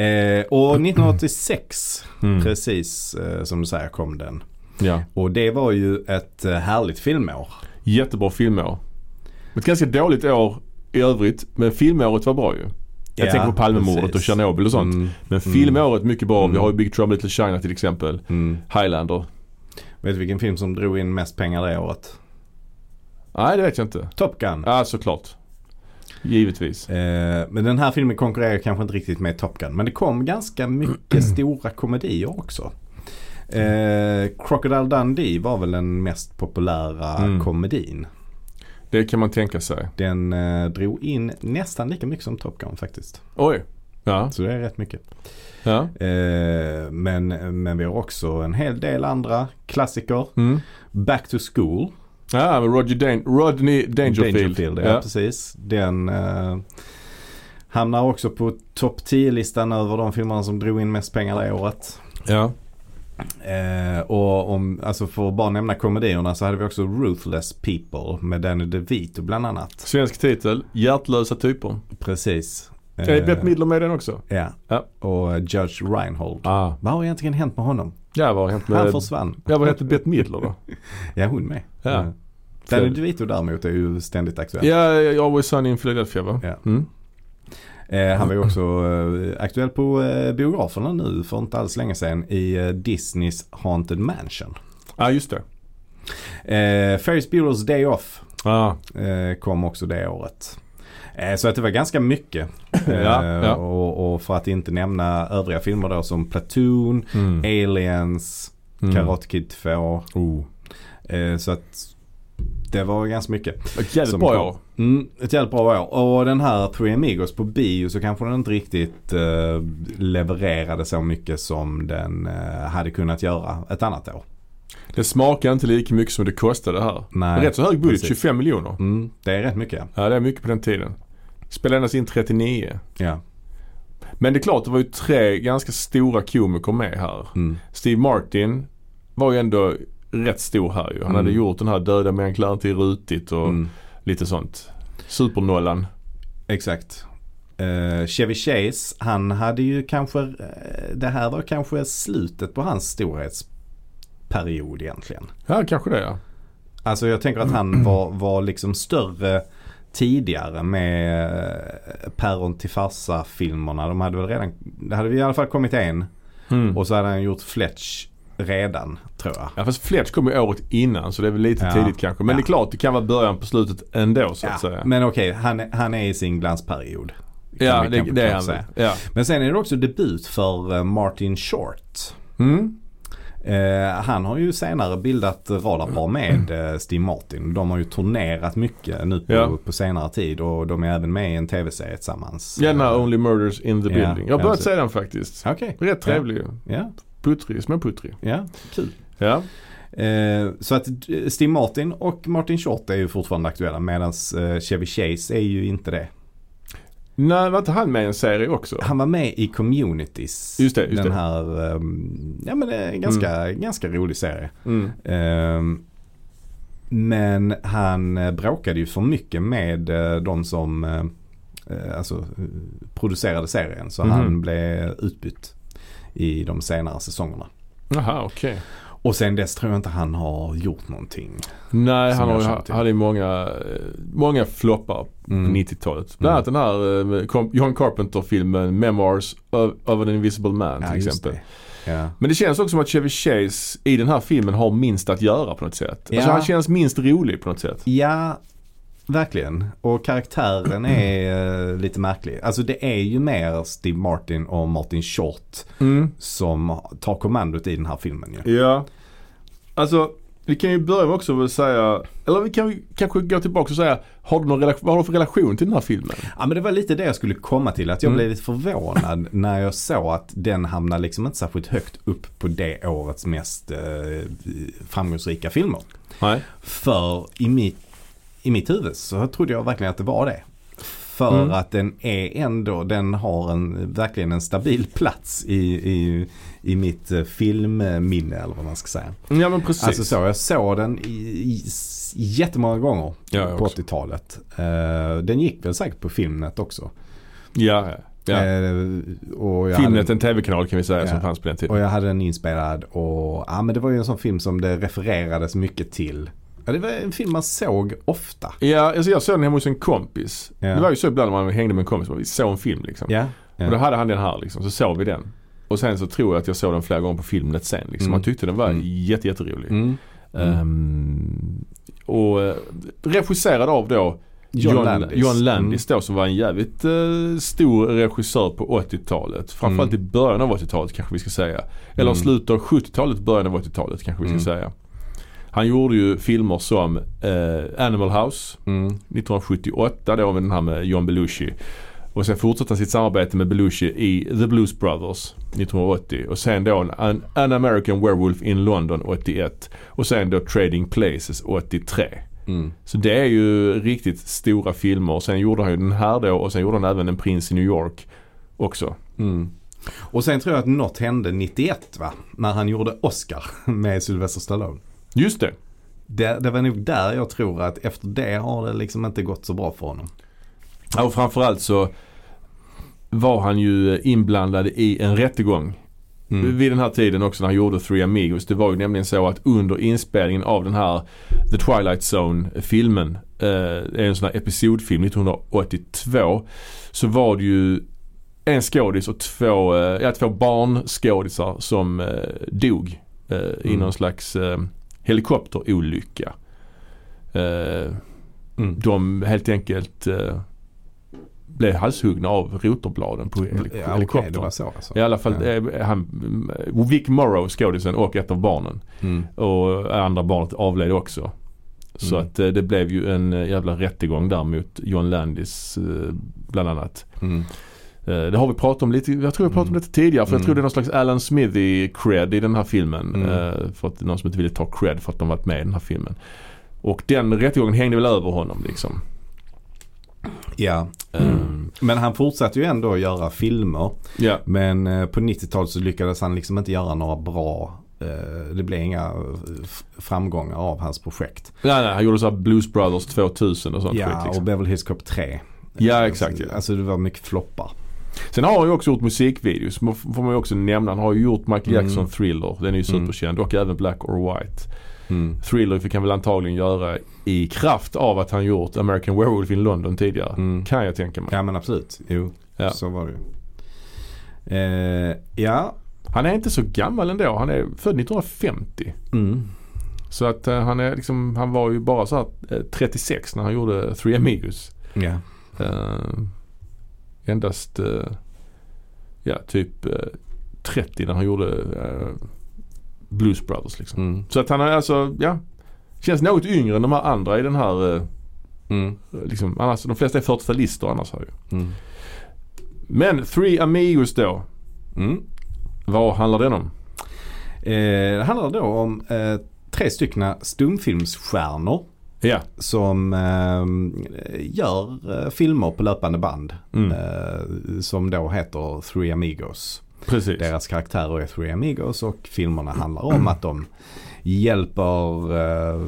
[SPEAKER 2] Eh, och 1986,
[SPEAKER 1] Mm.
[SPEAKER 2] precis eh, som du säger, kom den.
[SPEAKER 1] ja.
[SPEAKER 2] Och det var ju ett eh, härligt filmår.
[SPEAKER 1] Jättebra filmår. Ett ganska dåligt år i övrigt men filmåret var bra ju. Jag
[SPEAKER 2] Ja,
[SPEAKER 1] tänker på Palmemordet
[SPEAKER 2] precis.
[SPEAKER 1] och Tjernobyl och sånt.
[SPEAKER 2] Mm,
[SPEAKER 1] Men
[SPEAKER 2] mm.
[SPEAKER 1] filmåret mycket bra. Vi
[SPEAKER 2] Mm.
[SPEAKER 1] har ju Big Trouble in Little China till exempel.
[SPEAKER 2] Mm.
[SPEAKER 1] Highlander.
[SPEAKER 2] Vet du vilken film som drog in mest pengar det året?
[SPEAKER 1] Nej det vet jag inte.
[SPEAKER 2] Top Gun.
[SPEAKER 1] Ja såklart. Givetvis.
[SPEAKER 2] Eh, men den här filmen konkurrerar kanske inte riktigt med Top Gun. Men det kom
[SPEAKER 1] <clears throat>
[SPEAKER 2] ganska mycket stora komedier också. Eh, Crocodile Dundee var väl den mest populära
[SPEAKER 1] Mm.
[SPEAKER 2] komedin.
[SPEAKER 1] Det kan man tänka sig.
[SPEAKER 2] Den eh, drog in nästan lika mycket som Top Gun faktiskt.
[SPEAKER 1] Oj. Ja.
[SPEAKER 2] Så det är rätt mycket.
[SPEAKER 1] ja.
[SPEAKER 2] Eh, men, men vi har också en hel del andra klassiker.
[SPEAKER 1] Mm.
[SPEAKER 2] Back to School.
[SPEAKER 1] Ja men Roger Dan- Rodney Dangerfield.
[SPEAKER 2] ja, precis. Den eh, hamnar också på topp 10-listan över de filmerna som drog in mest pengar det året.
[SPEAKER 1] ja.
[SPEAKER 2] Eh, och om, alltså för att bara nämna komedierna så hade vi också Ruthless People med Danny DeVito bland annat.
[SPEAKER 1] Svensk titel. Hjärtlösa typer.
[SPEAKER 2] Precis. Eh,
[SPEAKER 1] Är Bette Midler med i den också?
[SPEAKER 2] Ja.
[SPEAKER 1] Ja.
[SPEAKER 2] Och eh, Judge Reinhold.
[SPEAKER 1] Ah.
[SPEAKER 2] Vad har egentligen hänt med honom?
[SPEAKER 1] Ja vad har hänt med...
[SPEAKER 2] Han försvann.
[SPEAKER 1] Ja vad hette Bette Midler då?
[SPEAKER 2] Ja, hon med.
[SPEAKER 1] Ja.
[SPEAKER 2] Eh, Danny DeVito däremot är ju ständigt aktuell.
[SPEAKER 1] Ja, jag Always Sunny in Philadelphia va?
[SPEAKER 2] Ja.
[SPEAKER 1] Mm.
[SPEAKER 2] Eh, han var ju också eh, aktuell på eh, biograferna nu för inte alls länge sedan i eh, Disneys Haunted Mansion.
[SPEAKER 1] Ja just det.
[SPEAKER 2] Eh, Ferris Bueller's Day Off
[SPEAKER 1] Ah.
[SPEAKER 2] eh, kom också det året. Eh, så att det var ganska mycket.
[SPEAKER 1] <laughs>
[SPEAKER 2] Eh,
[SPEAKER 1] Ja, ja.
[SPEAKER 2] Och, och för att inte nämna övriga filmer då som Platoon,
[SPEAKER 1] Mm.
[SPEAKER 2] Aliens, Karate Kid 2.
[SPEAKER 1] Oh.
[SPEAKER 2] Eh, så att det var ganska mycket.
[SPEAKER 1] Ett jävligt
[SPEAKER 2] Som
[SPEAKER 1] bra
[SPEAKER 2] kom.
[SPEAKER 1] år.
[SPEAKER 2] Mm, ett jävligt bra år. Och den här Three Amigos på bio så kanske den inte riktigt eh, levererade så mycket som den eh, hade kunnat göra ett annat år.
[SPEAKER 1] Det smakar inte lika mycket som det kostade här.
[SPEAKER 2] Nej,
[SPEAKER 1] Rätt så hög budget,
[SPEAKER 2] precis.
[SPEAKER 1] 25 miljoner.
[SPEAKER 2] Mm, det är rätt mycket
[SPEAKER 1] Ja det är mycket på den tiden. Spelade endast in 39.
[SPEAKER 2] ja.
[SPEAKER 1] Men det är klart det var ju tre ganska stora komiker med här.
[SPEAKER 2] Mm.
[SPEAKER 1] Steve Martin var ju ändå rätt stor här ju. Han hade
[SPEAKER 2] Mm.
[SPEAKER 1] gjort den här Döda män klär inte i rutigt och
[SPEAKER 2] Mm,
[SPEAKER 1] lite sånt. Supernollan.
[SPEAKER 2] exakt. Eh, Chevy Chase, han hade ju kanske, eh, det här var kanske slutet på hans storhetsperiod egentligen.
[SPEAKER 1] Ja kanske det ja.
[SPEAKER 2] Alltså jag tänker att
[SPEAKER 1] <clears throat>
[SPEAKER 2] han var, var liksom större tidigare med eh, Päron till farsa filmerna. De hade väl redan, det hade vi i alla fall kommit en.
[SPEAKER 1] Mm.
[SPEAKER 2] Och så hade han gjort Fletch redan tror jag.
[SPEAKER 1] Ja fast Fletch kom ju året innan så det är väl lite
[SPEAKER 2] Ja.
[SPEAKER 1] tidigt kanske. Men
[SPEAKER 2] Ja.
[SPEAKER 1] det är klart det kan vara början på slutet ändå så att
[SPEAKER 2] Ja,
[SPEAKER 1] säga.
[SPEAKER 2] men okej, han, är- han är i sin glansperiod. Kan
[SPEAKER 1] ja
[SPEAKER 2] vi
[SPEAKER 1] det,
[SPEAKER 2] kanske
[SPEAKER 1] det är han
[SPEAKER 2] klart
[SPEAKER 1] väl.
[SPEAKER 2] säga.
[SPEAKER 1] Ja.
[SPEAKER 2] Men sen är det också debut för eh, Martin Short.
[SPEAKER 1] Mm.
[SPEAKER 2] Eh, han har ju senare bildat radarpar med eh, Steve Martin. De har ju turnerat mycket nu på,
[SPEAKER 1] Ja.
[SPEAKER 2] på senare tid och de är även med i en tv-serie tillsammans.
[SPEAKER 1] Ja, den här Only Murders in the
[SPEAKER 2] Ja,
[SPEAKER 1] Building. Jag har börjat
[SPEAKER 2] ja,
[SPEAKER 1] se den faktiskt.
[SPEAKER 2] Okej.
[SPEAKER 1] Rätt trevlig ju.
[SPEAKER 2] Ja,
[SPEAKER 1] Puttrig, småputtrig.
[SPEAKER 2] ja, kul.
[SPEAKER 1] Ja.
[SPEAKER 2] Eh, så att eh, Steve Martin och Martin Short är ju fortfarande aktuella medan eh, Chevy Chase är ju inte det.
[SPEAKER 1] Nej, var inte han med i en serie också?
[SPEAKER 2] Han var med i Communities.
[SPEAKER 1] Just det, just
[SPEAKER 2] den
[SPEAKER 1] det.
[SPEAKER 2] här, eh, ja men det är en ganska, ganska rolig serie.
[SPEAKER 1] Mm.
[SPEAKER 2] Ehm, Men han eh, bråkade ju för mycket med eh, de som eh, eh, alltså, eh, producerade serien. Så
[SPEAKER 1] Mhm.
[SPEAKER 2] han blev utbytt i de senare säsongerna.
[SPEAKER 1] Jaha, okej.
[SPEAKER 2] Och sen dess tror jag inte han har gjort någonting.
[SPEAKER 1] Nej,
[SPEAKER 2] Som
[SPEAKER 1] han har
[SPEAKER 2] jag
[SPEAKER 1] ju-
[SPEAKER 2] känner till.
[SPEAKER 1] hade ju många, eh, många floppar
[SPEAKER 2] Mm.
[SPEAKER 1] på 90-talet. Bland
[SPEAKER 2] Mm.
[SPEAKER 1] annat den här eh, med Kom- John Carpenter-filmen Memoirs of, of an Invisible Man
[SPEAKER 2] Ja,
[SPEAKER 1] till
[SPEAKER 2] just
[SPEAKER 1] exempel.
[SPEAKER 2] det. Ja.
[SPEAKER 1] Men det känns också som att Chevy Chase i den här filmen har minst att göra på något sätt.
[SPEAKER 2] Ja.
[SPEAKER 1] Alltså han känns minst rolig på något sätt.
[SPEAKER 2] ja, verkligen. Och karaktären är eh, lite märklig. Alltså det är ju mer Steve Martin och Martin Short
[SPEAKER 1] Mm.
[SPEAKER 2] som tar kommandot i den här filmen ju.
[SPEAKER 1] Ja. Alltså, vi kan ju börja med också att säga, eller vi kan ju kanske gå tillbaka och säga, har du någon relation, vad har du för relation till den här filmen?
[SPEAKER 2] Ja men det var lite det jag skulle komma till. Att jag
[SPEAKER 1] Mm.
[SPEAKER 2] blev lite förvånad <laughs> när jag såg att den hamnade liksom inte särskilt högt upp på det årets mest eh, framgångsrika filmer.
[SPEAKER 1] Nej.
[SPEAKER 2] För i mitt, i mitt huvud så trodde jag verkligen att det var det. För
[SPEAKER 1] Mm.
[SPEAKER 2] att den är ändå, den har en, verkligen en stabil plats i, i, i mitt eh, filmminne eller vad man ska säga.
[SPEAKER 1] Ja men precis.
[SPEAKER 2] Alltså så, jag såg den i, i, s- jättemånga gånger
[SPEAKER 1] Ja, jag
[SPEAKER 2] på
[SPEAKER 1] också.
[SPEAKER 2] 80-talet. Eh, den gick väl säkert på Filmnet också.
[SPEAKER 1] Ja, ja. ja.
[SPEAKER 2] Eh, och jag
[SPEAKER 1] Filmnet,
[SPEAKER 2] hade,
[SPEAKER 1] en tv-kanal kan vi säga
[SPEAKER 2] Ja.
[SPEAKER 1] som fanns på den tiden.
[SPEAKER 2] Och jag hade den inspelad och ja, men det var ju en sån film som det refererades mycket till. Ja, det var en film man såg ofta.
[SPEAKER 1] Ja, alltså jag såg den hemma hos en kompis.
[SPEAKER 2] Ja.
[SPEAKER 1] Det var ju så ibland när man hängde med en kompis, vi såg en film liksom.
[SPEAKER 2] Ja.
[SPEAKER 1] Och då hade han den här liksom, så såg vi den. Och sen så tror jag att jag såg den flera gånger på Filmnet sen. Liksom.
[SPEAKER 2] Mm.
[SPEAKER 1] Man tyckte den var
[SPEAKER 2] Mm.
[SPEAKER 1] jätte, jätterolig.
[SPEAKER 2] Mm.
[SPEAKER 1] Ehm, och eh, regisserad av då John, John Landis,
[SPEAKER 2] Mm.
[SPEAKER 1] då, som var en jävligt eh, stor regissör på 80-talet. Framförallt i början av 80-talet kanske vi ska säga. Eller
[SPEAKER 2] Mm.
[SPEAKER 1] slutet av 70-talet, början av 80-talet kanske vi ska
[SPEAKER 2] Mm.
[SPEAKER 1] säga. Han gjorde ju filmer som eh, Animal House
[SPEAKER 2] Mm. Mm.
[SPEAKER 1] 1978 då med den här med John Belushi. Och sen fortsatte han sitt samarbete med Belushi i The Blues Brothers 1980. Och sen då en- An, An American Werewolf in London 81. Och sen då Trading Places 83.
[SPEAKER 2] Mm.
[SPEAKER 1] Så det är ju riktigt stora filmer. Sen gjorde han ju den här då och sen gjorde han även En prins i New York också.
[SPEAKER 2] Mm. Och sen tror jag att något hände 91 va? När han gjorde Oscar <laughs> med Sylvester Stallone.
[SPEAKER 1] Just det.
[SPEAKER 2] Det, det var nog där jag tror att efter det har det liksom inte gått så bra för honom.
[SPEAKER 1] Ja, Och framförallt så var han ju inblandad i en rättegång
[SPEAKER 2] Mm.
[SPEAKER 1] Vid den här tiden också när han gjorde Three Amigos. Det var ju nämligen så att under inspelningen av den här The Twilight Zone-filmen. Eh, är en sån här episodfilm 1982. Så var det ju en skådis och två, eh, ja, två barnskådisar som eh, dog eh, i
[SPEAKER 2] Mm.
[SPEAKER 1] någon slags eh, helikopterolycka. Eh,
[SPEAKER 2] Mm.
[SPEAKER 1] de helt enkelt eh, blev halshuggna av rotorbladen på helik-
[SPEAKER 2] Ja,
[SPEAKER 1] helikoptern.
[SPEAKER 2] okej, det var så alltså.
[SPEAKER 1] I alla fall
[SPEAKER 2] Ja.
[SPEAKER 1] eh, han, Vic Morrow, skådisen och ett av barnen.
[SPEAKER 2] Mm.
[SPEAKER 1] Och andra barnet avled också. Så
[SPEAKER 2] Mm.
[SPEAKER 1] att eh, det blev ju en eh, jävla rättegång där mot John Landis eh, bland annat.
[SPEAKER 2] Mm.
[SPEAKER 1] Eh, Det har vi pratat om lite, jag tror jag pratat om
[SPEAKER 2] Mm.
[SPEAKER 1] detta tidigare för jag
[SPEAKER 2] Mm.
[SPEAKER 1] tror det är någon slags Alan Smithy cred i den här filmen.
[SPEAKER 2] Mm.
[SPEAKER 1] eh, För att det är någon som inte ville ta cred för att de varit med i den här filmen. Och den rättegången hängde väl över honom liksom.
[SPEAKER 2] Ja,
[SPEAKER 1] Eh,
[SPEAKER 2] Mm. men han fortsatte ju ändå att göra filmer.
[SPEAKER 1] Ja,
[SPEAKER 2] Men eh, på 90-talet så lyckades han liksom inte göra några bra eh, det blev inga eh, f- framgångar av hans projekt.
[SPEAKER 1] nej, nej, han gjorde så här Blues Brothers 2000 och sånt skit
[SPEAKER 2] Ja, och
[SPEAKER 1] liksom.
[SPEAKER 2] Beverly Hills Cop 3.
[SPEAKER 1] Ja, exakt, ja.
[SPEAKER 2] Alltså det var mycket floppar.
[SPEAKER 1] Sen har han ju också gjort musikvideos. må- Får man ju också nämna. Han har ju gjort Michael
[SPEAKER 2] Mm.
[SPEAKER 1] Jackson Thriller. Den är ju superkänd. Och även Black or White.
[SPEAKER 2] Mm.
[SPEAKER 1] Thriller fick han väl antagligen göra i kraft av att han gjort American Werewolf in London tidigare.
[SPEAKER 2] Mm.
[SPEAKER 1] Kan jag tänka mig.
[SPEAKER 2] Ja men absolut. Jo,
[SPEAKER 1] Ja.
[SPEAKER 2] så var det ju. Eh, ja.
[SPEAKER 1] Han är inte så gammal ändå. Han är född 1950.
[SPEAKER 2] Mm.
[SPEAKER 1] Så att eh, han, är liksom, han var ju bara så här, eh, 36 när han gjorde Three Amigos.
[SPEAKER 2] ja.
[SPEAKER 1] Eh, endast eh, ja, typ eh, 30 när han gjorde eh, Blues Brothers liksom.
[SPEAKER 2] Mm.
[SPEAKER 1] Så att han är alltså, ja. Känns något yngre än de här andra i den här, eh,
[SPEAKER 2] Mm.
[SPEAKER 1] liksom, annars, de flesta är 40-talister annars här ju.
[SPEAKER 2] Mm.
[SPEAKER 1] Men Three Amigos då,
[SPEAKER 2] Mm.
[SPEAKER 1] vad handlar den om?
[SPEAKER 2] Eh, det handlar då om eh, tre stycken stumfilmsstjärnor
[SPEAKER 1] Ja,
[SPEAKER 2] som eh, gör eh, filmer på löpande band.
[SPEAKER 1] Mm.
[SPEAKER 2] Eh, som då heter Three Amigos.
[SPEAKER 1] precis.
[SPEAKER 2] Deras karaktärer är Three Amigos och filmerna handlar om att de hjälper eh,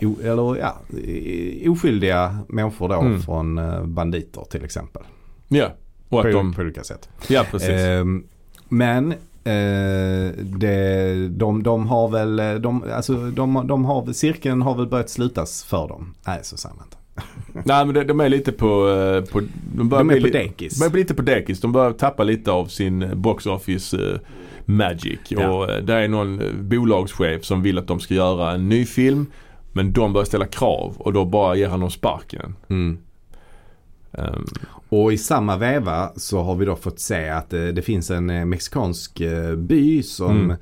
[SPEAKER 2] o- eller, ja, i- oskyldiga människor då
[SPEAKER 1] Mm.
[SPEAKER 2] från eh, banditer till exempel.
[SPEAKER 1] Ja, och
[SPEAKER 2] På,
[SPEAKER 1] att de,
[SPEAKER 2] på olika sätt.
[SPEAKER 1] ja precis.
[SPEAKER 2] Ehm, men eh, det, de, de har väl, eh, de, alltså, de, de har, väl- cirkeln har väl börjat slutas för dem. Nej, så säger man inte.
[SPEAKER 1] Nej men de, de är lite på, eh, på de, börjar
[SPEAKER 2] De är
[SPEAKER 1] bli
[SPEAKER 2] på
[SPEAKER 1] li-
[SPEAKER 2] dekis.
[SPEAKER 1] De är lite på dekis. De börjar tappa lite av sin eh, box office eh, magic.
[SPEAKER 2] Ja.
[SPEAKER 1] Och eh, där är någon eh, bolagschef som vill att de ska göra en ny film. Men de börjar ställa krav och då bara ger han dem sparken. Ehm,
[SPEAKER 2] Och i samma veva så har vi då fått se att eh, det finns en eh, mexikansk eh, by som
[SPEAKER 1] Mm.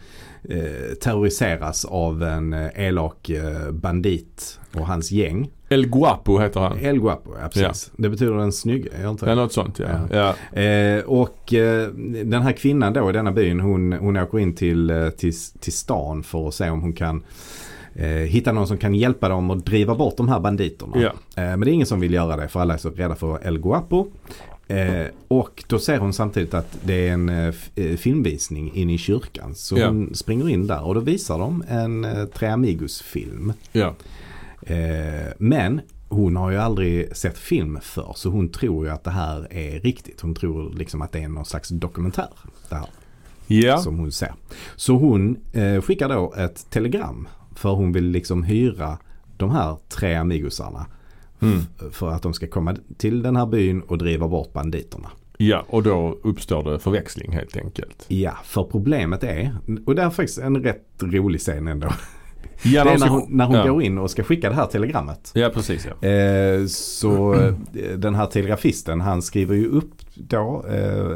[SPEAKER 2] eh, terroriseras av en eh, elak eh, bandit och hans gäng.
[SPEAKER 1] El Guapo heter han.
[SPEAKER 2] El Guapo, ja, precis. Det betyder den snygga, är jag inte?
[SPEAKER 1] Ja, något sånt ja.
[SPEAKER 2] Ja.
[SPEAKER 1] ja.
[SPEAKER 2] Eh, och eh, den här kvinnan då i denna byn hon, hon åker in till, eh, till, till stan för att se om hon kan eh, hitta någon som kan hjälpa dem att driva bort de här banditerna.
[SPEAKER 1] Ja.
[SPEAKER 2] Eh, men det är ingen som vill göra det för alla är så rädda för El Guapo. Eh, och då ser hon samtidigt att det är en eh, f- eh, filmvisning inne i kyrkan. Så
[SPEAKER 1] Ja.
[SPEAKER 2] hon springer in där och då visar de en eh, Tre Amigos-film.
[SPEAKER 1] Ja.
[SPEAKER 2] Eh, men hon har ju aldrig sett film för så hon tror ju att det här är riktigt. Hon tror liksom att det är någon slags dokumentär. Det här
[SPEAKER 1] Ja.
[SPEAKER 2] som hon ser. Så hon eh, skickar då ett telegram för hon vill liksom hyra de här tre amigosarna.
[SPEAKER 1] Mm.
[SPEAKER 2] f- För att de ska komma till den här byn och driva bort banditerna.
[SPEAKER 1] ja, och då uppstår det förväxling helt enkelt.
[SPEAKER 2] Ja, för problemet är, och det är faktiskt en rätt rolig scen ändå.
[SPEAKER 1] Ja,
[SPEAKER 2] <laughs> Det är när
[SPEAKER 1] ska-
[SPEAKER 2] hon, när hon
[SPEAKER 1] ja.
[SPEAKER 2] går in och ska skicka det här telegrammet.
[SPEAKER 1] Ja, precis ja.
[SPEAKER 2] Eh, så eh, den här telegrafisten han skriver ju upp då eh, eh,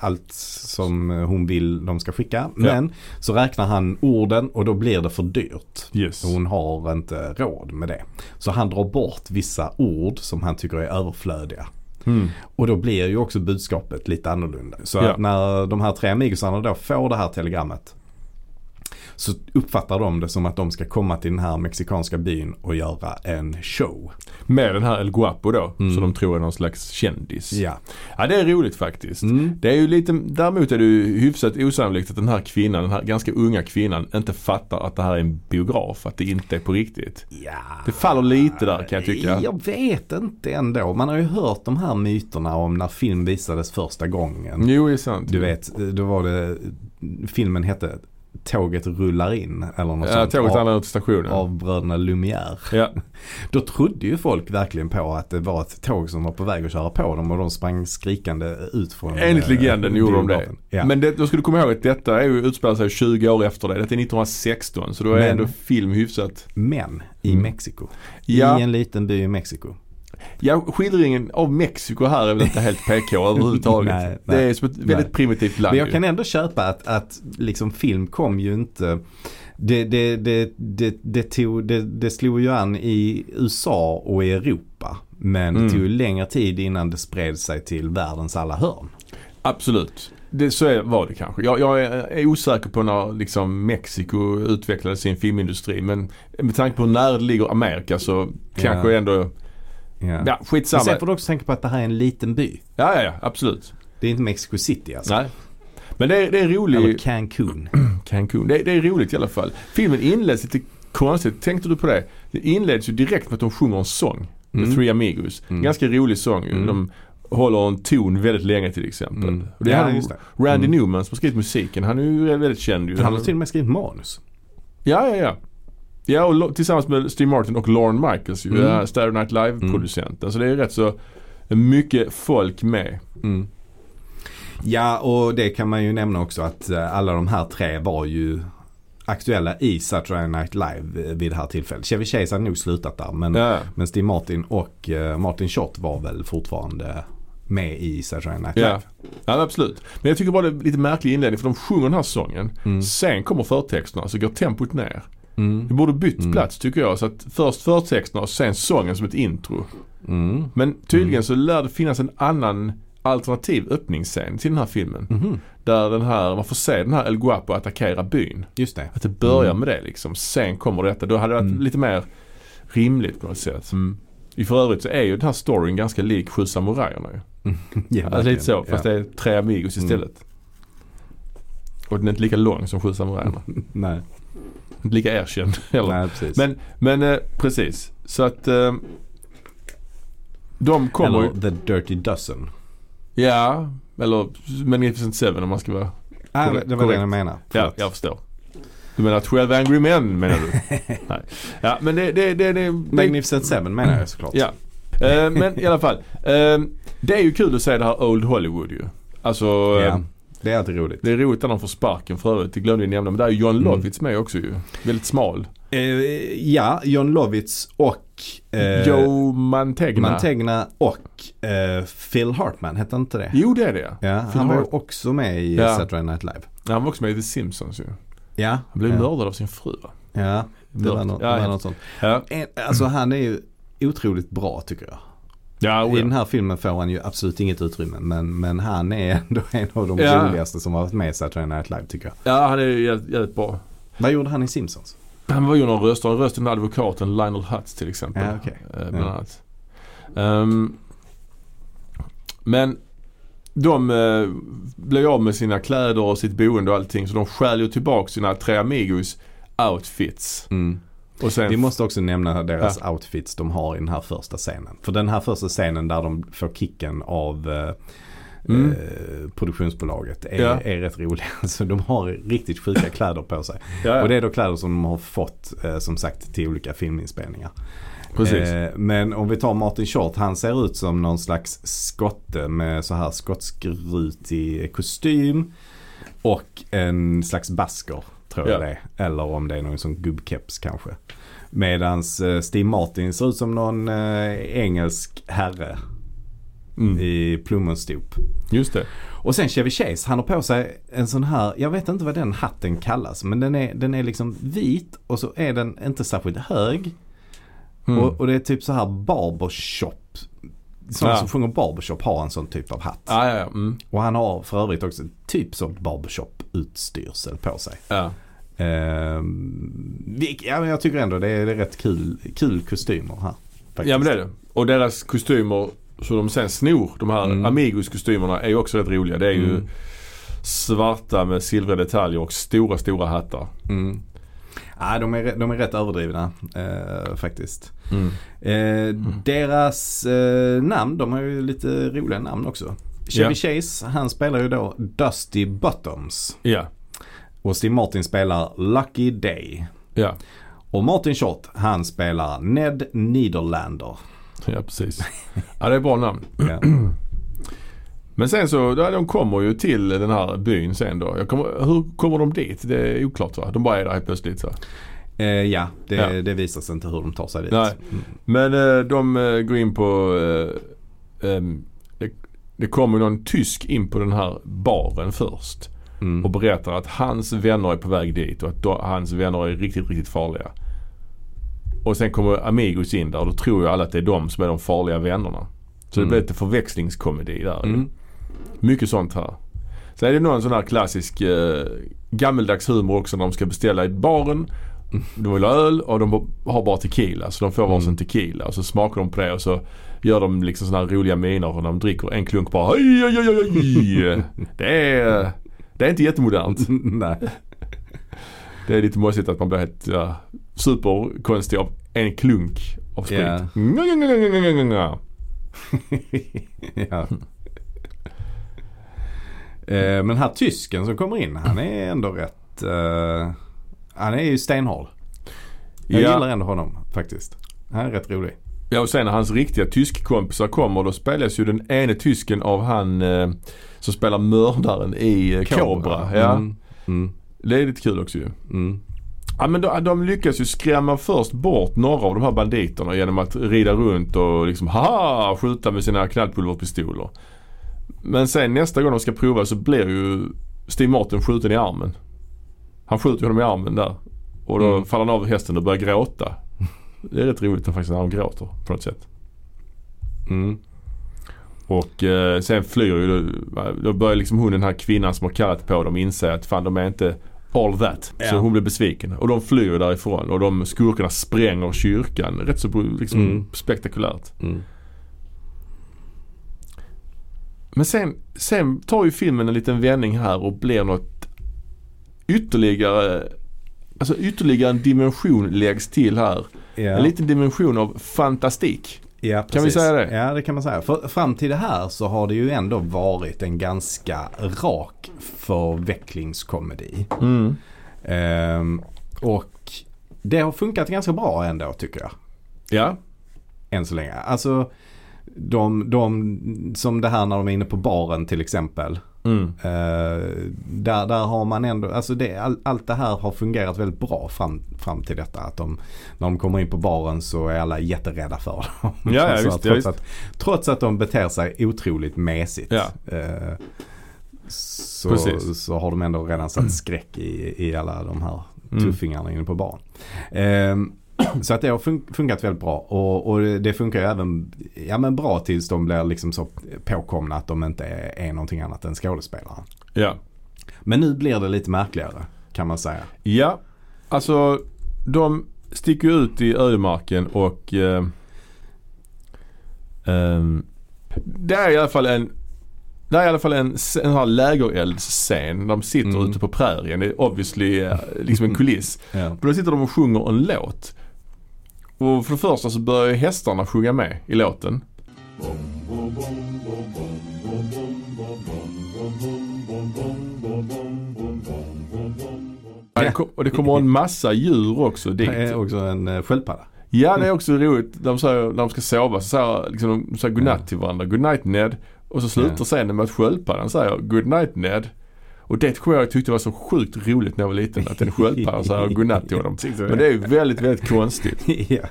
[SPEAKER 2] allt som hon vill de ska skicka. Men så räknar han orden och då blir det för dyrt.
[SPEAKER 1] Yes.
[SPEAKER 2] Hon har inte råd med det. Så han drar bort vissa ord som han tycker är överflödiga. Och då blir ju också budskapet lite annorlunda. Så
[SPEAKER 1] Mm. Ja.
[SPEAKER 2] att när de här tre amigosarna då får det här telegrammet så uppfattar de det som att de ska komma till den här mexikanska byn och göra en show.
[SPEAKER 1] Med den här El Guapo då, som de tror är någon slags kändis.
[SPEAKER 2] Mm. Ja. Mm.
[SPEAKER 1] Ja det är roligt faktiskt. Det är ju lite, däremot är det ju hyfsat osannolikt att den här kvinnan, den här ganska unga kvinnan inte fattar att det här är en biograf. Att det inte är på riktigt.
[SPEAKER 2] ja.
[SPEAKER 1] Det faller lite där kan jag tycka.
[SPEAKER 2] Jag vet inte ändå. Man har ju hört de här myterna om när film visades första gången.
[SPEAKER 1] Jo det är sant.
[SPEAKER 2] Du vet, då var det, filmen hette Tåget rullar in eller något
[SPEAKER 1] Ja,
[SPEAKER 2] sånt.
[SPEAKER 1] tåget
[SPEAKER 2] av,
[SPEAKER 1] anländer till stationen.
[SPEAKER 2] av bröderna Lumière.
[SPEAKER 1] Ja.
[SPEAKER 2] Då trodde ju folk verkligen på att det var ett tåg som var på väg att köra på dem och de sprang skrikande ut från
[SPEAKER 1] Enligt
[SPEAKER 2] eh,
[SPEAKER 1] legenden gjorde de det.
[SPEAKER 2] biografen. Ja.
[SPEAKER 1] Men det, då ska du komma ihåg att detta är ju, utspelar sig 20 år efter det. Detta är 1916 så då är
[SPEAKER 2] Men-
[SPEAKER 1] ändå film hyfsat.
[SPEAKER 2] Men i Mexiko.
[SPEAKER 1] Mm. Ja.
[SPEAKER 2] I en liten by i Mexiko.
[SPEAKER 1] Ja, skildringen av Mexiko här är väl inte
[SPEAKER 2] <laughs>
[SPEAKER 1] helt PK överhuvudtaget.
[SPEAKER 2] Nej, nej.
[SPEAKER 1] det är som ett väldigt
[SPEAKER 2] Nej.
[SPEAKER 1] primitivt land
[SPEAKER 2] Men jag
[SPEAKER 1] ju.
[SPEAKER 2] kan ändå köpa att, att liksom film kom ju inte det, det, det, det, det, tog, det, det slog ju an i USA och i Europa. Men
[SPEAKER 1] Mm.
[SPEAKER 2] det tog ju längre tid innan det spred sig till världens alla hörn.
[SPEAKER 1] Absolut. Det, så är, var det kanske. Jag, jag är, är osäker på när liksom Mexiko utvecklade sin filmindustri. Men med tanke på hur nära det ligger Amerika så kanske ändå...
[SPEAKER 2] Ja.
[SPEAKER 1] Ja,
[SPEAKER 2] Men
[SPEAKER 1] skitsamma.
[SPEAKER 2] sen får du också tänka på att det här är en liten by.
[SPEAKER 1] Ja, ja, ja. Absolut.
[SPEAKER 2] Det är inte Mexico City alltså.
[SPEAKER 1] Nej. Men det är, det är
[SPEAKER 2] Eller
[SPEAKER 1] roligt. <clears throat>
[SPEAKER 2] Cancun.
[SPEAKER 1] Cancun. Det, är- det är roligt i alla fall. Filmen inleds lite konstigt. Tänkte du på det? Det inleds ju direkt med att de sjunger en sång.
[SPEAKER 2] Mm.
[SPEAKER 1] The Three Amigos. Ganska rolig sång ju. De håller en ton väldigt länge till exempel.
[SPEAKER 2] Mm.
[SPEAKER 1] Och det är
[SPEAKER 2] Ja,
[SPEAKER 1] han,
[SPEAKER 2] just det. Mm.
[SPEAKER 1] Randy Newman som har skrivit musiken. Han är ju väldigt känd ju.
[SPEAKER 2] Han har till och med skrivit manus.
[SPEAKER 1] Ja, ja, ja. Ja, och lo- tillsammans med Steve Martin och Lauren Michaels ju.
[SPEAKER 2] Mm.
[SPEAKER 1] eh, Saturday Night Live-producenten. Så det är rätt så mycket folk med.
[SPEAKER 2] Ja, och det kan man ju nämna också att eh, alla de här tre var ju aktuella i Saturday Night Live eh, vid det här tillfället. Chevy Chase hade nog slutat där men,
[SPEAKER 1] Ja.
[SPEAKER 2] men Steve Martin och eh, Martin Short var väl fortfarande med i Saturday Night Live.
[SPEAKER 1] Ja. ja, men absolut. Men jag tycker bara det är lite märklig inledning för de sjunger den här sången. Sen kommer förtexterna så går tempot ner. Det borde bytt plats tycker jag. Så att först förtexterna och sen sången som ett intro.
[SPEAKER 2] Mm,
[SPEAKER 1] Men tydligen så lär det finnas en annan alternativ öppningsscen till den här filmen. Där den här, man får se den här El Guapo attackera byn. <laughs>
[SPEAKER 2] Just det.
[SPEAKER 1] Att det börjar med det liksom. Sen kommer detta. Då hade det varit lite mer rimligt på något sätt. I för övrigt så är ju den här storyn ganska lik Sju samurajerna ju.
[SPEAKER 2] Ja,
[SPEAKER 1] Alltså lite så.
[SPEAKER 2] verkligen.
[SPEAKER 1] Fast
[SPEAKER 2] Ja. Mm.
[SPEAKER 1] det är tre amigos istället. Och den är inte lika lång som Sju samurajerna.
[SPEAKER 2] Nej,
[SPEAKER 1] <laughs> inte lika erkänd heller.
[SPEAKER 2] Mm. nej precis.
[SPEAKER 1] Men, men eh, precis. Så att eh, de kommer
[SPEAKER 2] Eller
[SPEAKER 1] ju.
[SPEAKER 2] The Dirty Dozen.
[SPEAKER 1] Ja, eller Magnificent Seven om man ska vara.
[SPEAKER 2] Ah,
[SPEAKER 1] Korrekt,
[SPEAKER 2] det var det
[SPEAKER 1] korrekt.
[SPEAKER 2] jag menade.
[SPEAKER 1] Ja,
[SPEAKER 2] Förlåt.
[SPEAKER 1] jag förstår. Du menar 12 Angry Men menar
[SPEAKER 2] <laughs>
[SPEAKER 1] du? Nej. Ja, men det, det, det, det, det
[SPEAKER 2] Magnificent Seven menar jag såklart.
[SPEAKER 1] Ja. Eh, men i alla fall. Eh, det är ju kul att se det här Old Hollywood ju. Alltså eh,
[SPEAKER 2] Ja, Det är alltid roligt.
[SPEAKER 1] det är roligt när de får sparken för övrigt. Det glömde vi nämna. Men där är ju John
[SPEAKER 2] Mm.
[SPEAKER 1] Lovitz med också ju. Väldigt smal.
[SPEAKER 2] Eh, ja, John Lovitz och eh,
[SPEAKER 1] Joe Mantegna.
[SPEAKER 2] Mantegna och eh, Phil Hartman, hette inte det?
[SPEAKER 1] Jo det är det
[SPEAKER 2] Ja,
[SPEAKER 1] Phil
[SPEAKER 2] han var ju
[SPEAKER 1] Hart-
[SPEAKER 2] också med i
[SPEAKER 1] Ja.
[SPEAKER 2] Saturday Night Live.
[SPEAKER 1] Han var också med i The Simpsons ju.
[SPEAKER 2] Ja,
[SPEAKER 1] Han blev
[SPEAKER 2] ja.
[SPEAKER 1] mördad av sin fru va?
[SPEAKER 2] Ja, det var,
[SPEAKER 1] Mörd.
[SPEAKER 2] något,
[SPEAKER 1] Ja,
[SPEAKER 2] det
[SPEAKER 1] ja.
[SPEAKER 2] var något sånt.
[SPEAKER 1] Ja.
[SPEAKER 2] En, alltså han är ju otroligt bra tycker jag.
[SPEAKER 1] Ja,
[SPEAKER 2] I
[SPEAKER 1] Mm. oh,
[SPEAKER 2] den
[SPEAKER 1] ja.
[SPEAKER 2] här filmen får han ju absolut inget utrymme men, men han är ändå <laughs> en av de
[SPEAKER 1] Ja.
[SPEAKER 2] roligaste som har varit med i Saturday Night Live tycker jag.
[SPEAKER 1] ja han är ju jävligt, jävligt bra.
[SPEAKER 2] Vad gjorde han i Simpsons?
[SPEAKER 1] Han var ju några röster. Han röstade den advokaten Lionel Hutz till exempel.
[SPEAKER 2] Ja, okej.
[SPEAKER 1] Eh,
[SPEAKER 2] Ja.
[SPEAKER 1] Bland annat. Ehm, men de eh, blev av med sina kläder och sitt boende och allting så de stjäl ju tillbaka sina Tre Amigos outfits.
[SPEAKER 2] Mm.
[SPEAKER 1] Och sen
[SPEAKER 2] Vi måste också nämna deras outfits de har i den här första scenen. För den här första scenen där de får kicken av eh,
[SPEAKER 1] Mm.
[SPEAKER 2] eh, produktionsbolaget är,
[SPEAKER 1] Ja.
[SPEAKER 2] är rätt roliga. <laughs> Så de har riktigt sjuka kläder på sig.
[SPEAKER 1] Ja, ja.
[SPEAKER 2] Och det är då kläder som de har fått eh, som sagt till olika filminspelningar.
[SPEAKER 1] Precis.
[SPEAKER 2] Eh, men om vi tar Martin Short, han ser ut som någon slags skotte med så här skotskrutig kostym. Och en slags basker tror jag
[SPEAKER 1] Ja.
[SPEAKER 2] det är. Eller om det är någon sån gubbkeps kanske. Medans eh, Steve Martin ser ut som någon eh, engelsk herre
[SPEAKER 1] Mm.
[SPEAKER 2] i plommonstop.
[SPEAKER 1] Just det.
[SPEAKER 2] Och sen Chevy Chase, han har på sig en sån här, jag vet inte vad den hatten kallas. Men den är, den är liksom vit och så är den inte särskilt hög.
[SPEAKER 1] Mm.
[SPEAKER 2] Och, och det är typ så här barbershop. Sådana
[SPEAKER 1] Ja.
[SPEAKER 2] som sjunger barbershop har en sån typ av hatt.
[SPEAKER 1] ah, ja, ja. Mm.
[SPEAKER 2] Och han har för övrigt också typ som barbershop-utstyrsel på sig.
[SPEAKER 1] ja.
[SPEAKER 2] Ehm, vilk- ja, men jag tycker ändå det är, det är rätt kul, kul kostymer här. faktiskt.
[SPEAKER 1] Ja men det är det. Och deras kostymer så de sen snor, de här
[SPEAKER 2] Mm.
[SPEAKER 1] Amigos kostymerna är ju också rätt roliga. Det är ju
[SPEAKER 2] Mm.
[SPEAKER 1] svarta med silvriga detaljer och stora stora hattar.
[SPEAKER 2] Mm. Ja, de, är, re- de är rätt överdrivna eh, faktiskt.
[SPEAKER 1] Mm.
[SPEAKER 2] Eh, Deras eh, namn, de har ju lite roliga namn också. Chevy
[SPEAKER 1] Ja.
[SPEAKER 2] Chase, han spelar ju då Dusty Bottoms.
[SPEAKER 1] Ja,
[SPEAKER 2] Och Steve Martin spelar Lucky Day.
[SPEAKER 1] ja,
[SPEAKER 2] Och Martin Short, han spelar Ned Niederlander.
[SPEAKER 1] <clears throat> ja precis. Ja det är bra namn.
[SPEAKER 2] Ja.
[SPEAKER 1] Men sen så, ja, de kommer ju till den här byn sen då. Jag kommer, hur kommer de dit? Det är oklart va? De bara är där helt plötsligt så.
[SPEAKER 2] Eh, ja, det,
[SPEAKER 1] Ja.
[SPEAKER 2] det visar sig inte hur de tar sig dit.
[SPEAKER 1] Nej. Men eh, de eh, går in på... Eh, ehm, det, det kommer någon tysk in på den här baren först.
[SPEAKER 2] Mm.
[SPEAKER 1] och berättar att hans vänner är på väg dit och att då, hans vänner är riktigt, riktigt farliga. Och sen kommer Amigos in där och då tror ju alla att det är de som är de farliga vännerna. Så
[SPEAKER 2] Mm.
[SPEAKER 1] det blir lite förväxlingskomedi där.
[SPEAKER 2] Mm.
[SPEAKER 1] Mycket sånt här. Sen är det någon sån här klassisk eh, gammeldags humor också när de ska beställa i baren. De vill ha öl och de har bara tequila så de får varsin
[SPEAKER 2] Mm.
[SPEAKER 1] tequila och så smakar de på det och så gör de liksom såna här roliga miner och när de dricker en klunk bara aj, aj, aj, aj,
[SPEAKER 2] <laughs>
[SPEAKER 1] aj. Det är, det är inte jättemodernt.
[SPEAKER 2] <laughs> Nej.
[SPEAKER 1] Det är lite mossigt att man blir helt ja, superkonstig av en klunk av sprit.
[SPEAKER 2] Ja.
[SPEAKER 1] Nga, nga, nga, nga, nga, nga, nga.
[SPEAKER 2] ja. Eh, men här tysken som kommer in, han är ändå rätt... Eh, han är ju stenhård. Jag
[SPEAKER 1] Ja.
[SPEAKER 2] gillar ändå honom faktiskt. Han är rätt rolig.
[SPEAKER 1] Ja och sen när hans riktiga tyskkompisar kommer då spelas ju den ene tysken av han eh, som spelar mördaren i eh, Cobra. Ja.
[SPEAKER 2] Mm. Mm.
[SPEAKER 1] Det är lite kul också ju.
[SPEAKER 2] Mm.
[SPEAKER 1] Ja men de, de lyckas ju skrämma först bort några av de här banditerna genom att rida runt och liksom haha skjuta med sina knallpulverpistoler. Men sen nästa gång de ska prova så blir ju Steve Martin skjuten i armen. Han skjuter honom i armen där. Och då
[SPEAKER 2] Mm.
[SPEAKER 1] faller han av hästen och börjar gråta. Det är rätt roligt faktiskt när han gråter på något sätt.
[SPEAKER 2] Mm.
[SPEAKER 1] Och eh, sen flyr ju, då börjar liksom hon den här kvinnan som har kallat på dem inse att fan de är inte all that. Så
[SPEAKER 2] Ja.
[SPEAKER 1] hon blir besviken. Och de flyr ju därifrån och de skurkarna spränger kyrkan. Rätt så bru- liksom
[SPEAKER 2] Mm.
[SPEAKER 1] spektakulärt.
[SPEAKER 2] Mm.
[SPEAKER 1] Men sen, sen tar ju filmen en liten vändning här och blir något ytterligare Alltså ytterligare en dimension läggs till här.
[SPEAKER 2] Ja.
[SPEAKER 1] En liten dimension av fantastik.
[SPEAKER 2] Ja,
[SPEAKER 1] Kan vi
[SPEAKER 2] precis.
[SPEAKER 1] säga det?
[SPEAKER 2] Ja, det kan man säga. För, fram till det här så har det ju ändå varit en ganska rak förvecklingskomedi. Ehm, och det har funkat ganska bra ändå tycker jag.
[SPEAKER 1] Ja,
[SPEAKER 2] Än så länge. Alltså, de, de som det här när de är inne på baren till exempel.
[SPEAKER 1] mm.
[SPEAKER 2] Eh, där, där har man ändå, alltså det, all, allt det här har fungerat väldigt bra fram, fram till detta. Att de, när de kommer in på baren så är alla jätterädda för dem.
[SPEAKER 1] Ja,
[SPEAKER 2] <laughs>
[SPEAKER 1] ja,
[SPEAKER 2] Alltså,
[SPEAKER 1] visst, ja,
[SPEAKER 2] trots,
[SPEAKER 1] visst.
[SPEAKER 2] Att, trots att de beter sig otroligt mesigt.
[SPEAKER 1] Ja.
[SPEAKER 2] eh, så,
[SPEAKER 1] Precis.
[SPEAKER 2] så har de ändå
[SPEAKER 1] <clears throat>
[SPEAKER 2] redan satt skräck i, i alla de här
[SPEAKER 1] Mm.
[SPEAKER 2] tuffingarna inne på baren. Ehm, <clears throat> så att det har fun- funkat väldigt bra och, och det funkar ju även ja, men bra tills de blir liksom så påkomna att de inte är, är någonting annat än skådespelare.
[SPEAKER 1] ja.
[SPEAKER 2] Men nu blir det lite märkligare kan man säga.
[SPEAKER 1] Ja, alltså de sticker ju ut i ödemarken och eh, ehm, det är i alla fall en det här är i alla fall en, s- en här lägereldsscen. De sitter
[SPEAKER 2] Mm.
[SPEAKER 1] ute på prärien. Det är obviously eh, liksom en kuliss.
[SPEAKER 2] Ja.
[SPEAKER 1] Men då sitter de och sjunger en låt. Och för det första så börjar ju hästarna sjunga med i låten. Ja, det kom, och det kommer en massa djur också dit.
[SPEAKER 2] Det är också en eh, sköldpadda. <laughs>
[SPEAKER 1] Ja det är också roligt. De säger, när de ska sova så säger liksom, de säger godnatt till varandra. Godnight Ned. Och så slutar
[SPEAKER 2] Ja.
[SPEAKER 1] scenen med att sköldpaddan säger godnight Ned. Och det tror jag tyckte var så sjukt roligt när jag var liten. Att en sköldpadda säger godnatt till honom.
[SPEAKER 2] <laughs> Tyckte du
[SPEAKER 1] Men det är ju väldigt, väldigt konstigt.
[SPEAKER 2] ja.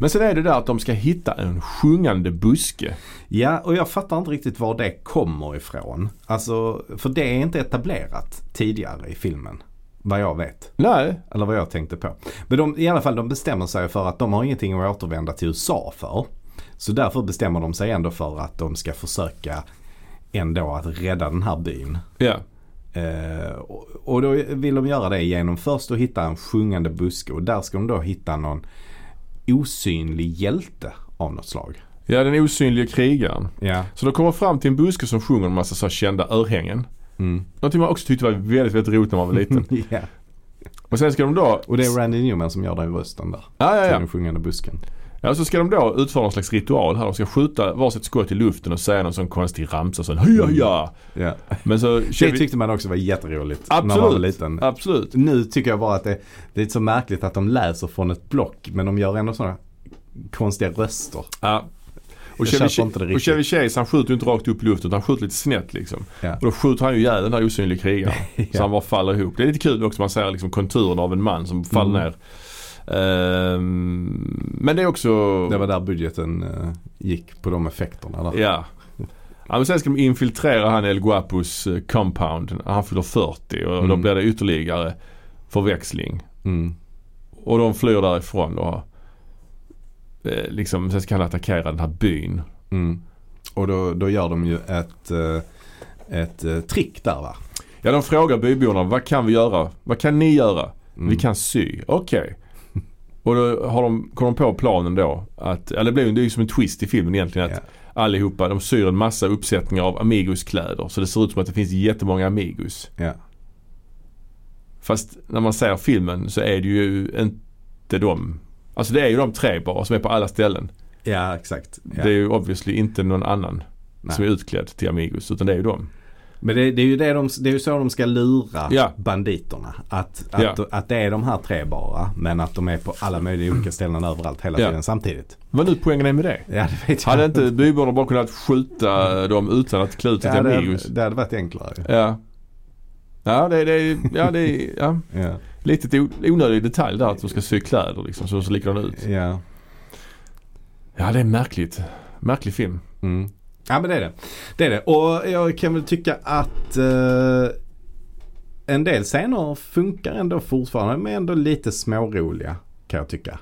[SPEAKER 1] Men sen är det där att de ska hitta en sjungande buske.
[SPEAKER 2] ja, och jag fattar inte riktigt var det kommer ifrån. Alltså, för det är inte etablerat tidigare i filmen. Vad jag vet.
[SPEAKER 1] Nej,
[SPEAKER 2] Eller vad jag tänkte på. Men de, i alla fall de bestämmer sig för att de har ingenting att återvända till USA för. Så därför bestämmer de sig ändå för att de ska försöka ändå att rädda den här byn.
[SPEAKER 1] ja.
[SPEAKER 2] Eh, och, och då vill de göra det genom först att hitta en sjungande buske och där ska de då hitta någon osynlig hjälte av något slag.
[SPEAKER 1] Ja, den osynliga krigaren.
[SPEAKER 2] Ja.
[SPEAKER 1] Så de kommer fram till en buske som sjunger en massa så här kända örhängen.
[SPEAKER 2] Mm.
[SPEAKER 1] Någonting man också tyckte var väldigt, väldigt roligt när man var
[SPEAKER 2] <laughs>
[SPEAKER 1] liten.
[SPEAKER 2] <laughs> ja.
[SPEAKER 1] Och sen ska de då...
[SPEAKER 2] Och det är Randy Newman som gör den rösten där.
[SPEAKER 1] ja, ja,
[SPEAKER 2] Till
[SPEAKER 1] ja.
[SPEAKER 2] den sjungande busken.
[SPEAKER 1] Ja, så ska de då utföra någon slags ritual här. De ska skjuta varsitt skott i luften och säga någon sån konstig ramsa. Sån, ja, ja.
[SPEAKER 2] Ja.
[SPEAKER 1] Men så
[SPEAKER 2] Mm. Det
[SPEAKER 1] kör vi...
[SPEAKER 2] tyckte man också var jätteroligt när man var
[SPEAKER 1] Absolut.
[SPEAKER 2] liten.
[SPEAKER 1] Absolut.
[SPEAKER 2] Nu tycker jag bara att det, det är så märkligt att de läser från ett block men de gör ändå sådana konstiga röster.
[SPEAKER 1] Ja. Och
[SPEAKER 2] Jag köper inte det
[SPEAKER 1] Chevy- och
[SPEAKER 2] riktigt.
[SPEAKER 1] Chevy Chase han skjuter ju inte rakt upp i luften utan han skjuter lite snett liksom.
[SPEAKER 2] Ja.
[SPEAKER 1] Och då skjuter han ju ihjäl den här osynliga krigaren. Så
[SPEAKER 2] <laughs> Ja.
[SPEAKER 1] han bara faller ihop. Det är lite kul också man ser liksom konturen av en man som faller
[SPEAKER 2] Mm.
[SPEAKER 1] ner. Ehm, men det är också...
[SPEAKER 2] Det var där budgeten eh, gick på de effekterna där.
[SPEAKER 1] Ja. ja men sen ska de infiltrera han El Guapos eh, compound. Han fyller 40 och då
[SPEAKER 2] Mm.
[SPEAKER 1] blir det ytterligare förväxling.
[SPEAKER 2] Mm.
[SPEAKER 1] Och de flyr därifrån och eh, liksom sen ska han attackera den här byn.
[SPEAKER 2] Mm. Och då, då gör de ju ett, eh, ett eh, trick där va?
[SPEAKER 1] Ja de frågar byborna vad kan vi göra? Vad kan ni göra?
[SPEAKER 2] Mm.
[SPEAKER 1] Vi kan sy. Okej. Och då har de, kom de på planen då att, eller det blev ju det är ju som en twist i filmen egentligen att
[SPEAKER 2] Ja.
[SPEAKER 1] allihopa de syr en massa uppsättningar av Amigos kläder. Så det ser ut som att det finns jättemånga Amigos.
[SPEAKER 2] Ja.
[SPEAKER 1] Fast när man ser filmen så är det ju inte de. Alltså det är ju de tre bara som är på alla ställen.
[SPEAKER 2] ja, exakt. Ja.
[SPEAKER 1] Det är ju obviously inte någon annan
[SPEAKER 2] Nej.
[SPEAKER 1] som är utklädd till Amigos utan det är ju de.
[SPEAKER 2] Men det, det, är ju det, de, det är ju så de ska lura
[SPEAKER 1] Ja.
[SPEAKER 2] banditerna. Att, att,
[SPEAKER 1] Ja.
[SPEAKER 2] att det är de här tre bara men att de är på alla möjliga olika ställen överallt hela
[SPEAKER 1] Ja.
[SPEAKER 2] tiden samtidigt.
[SPEAKER 1] Vad nu poängen är med det?
[SPEAKER 2] Ja, det vet jag.
[SPEAKER 1] Hade <laughs> inte byborna bara kunnat skjuta dem utan att klä ut sig
[SPEAKER 2] ja,
[SPEAKER 1] till
[SPEAKER 2] det,
[SPEAKER 1] Amigos?
[SPEAKER 2] det hade varit enklare.
[SPEAKER 1] Ja. Ja det, det, ja, det är ja.
[SPEAKER 2] Ja.
[SPEAKER 1] lite o- onödig detalj där att de ska sy kläder liksom så de ser likadana ut.
[SPEAKER 2] Ja.
[SPEAKER 1] Ja det är märkligt. Märklig film.
[SPEAKER 2] Mm. Ja men det är det. Det är det. Och jag kan väl tycka att eh, en del scener funkar ändå fortfarande men ändå lite småroliga kan jag tycka.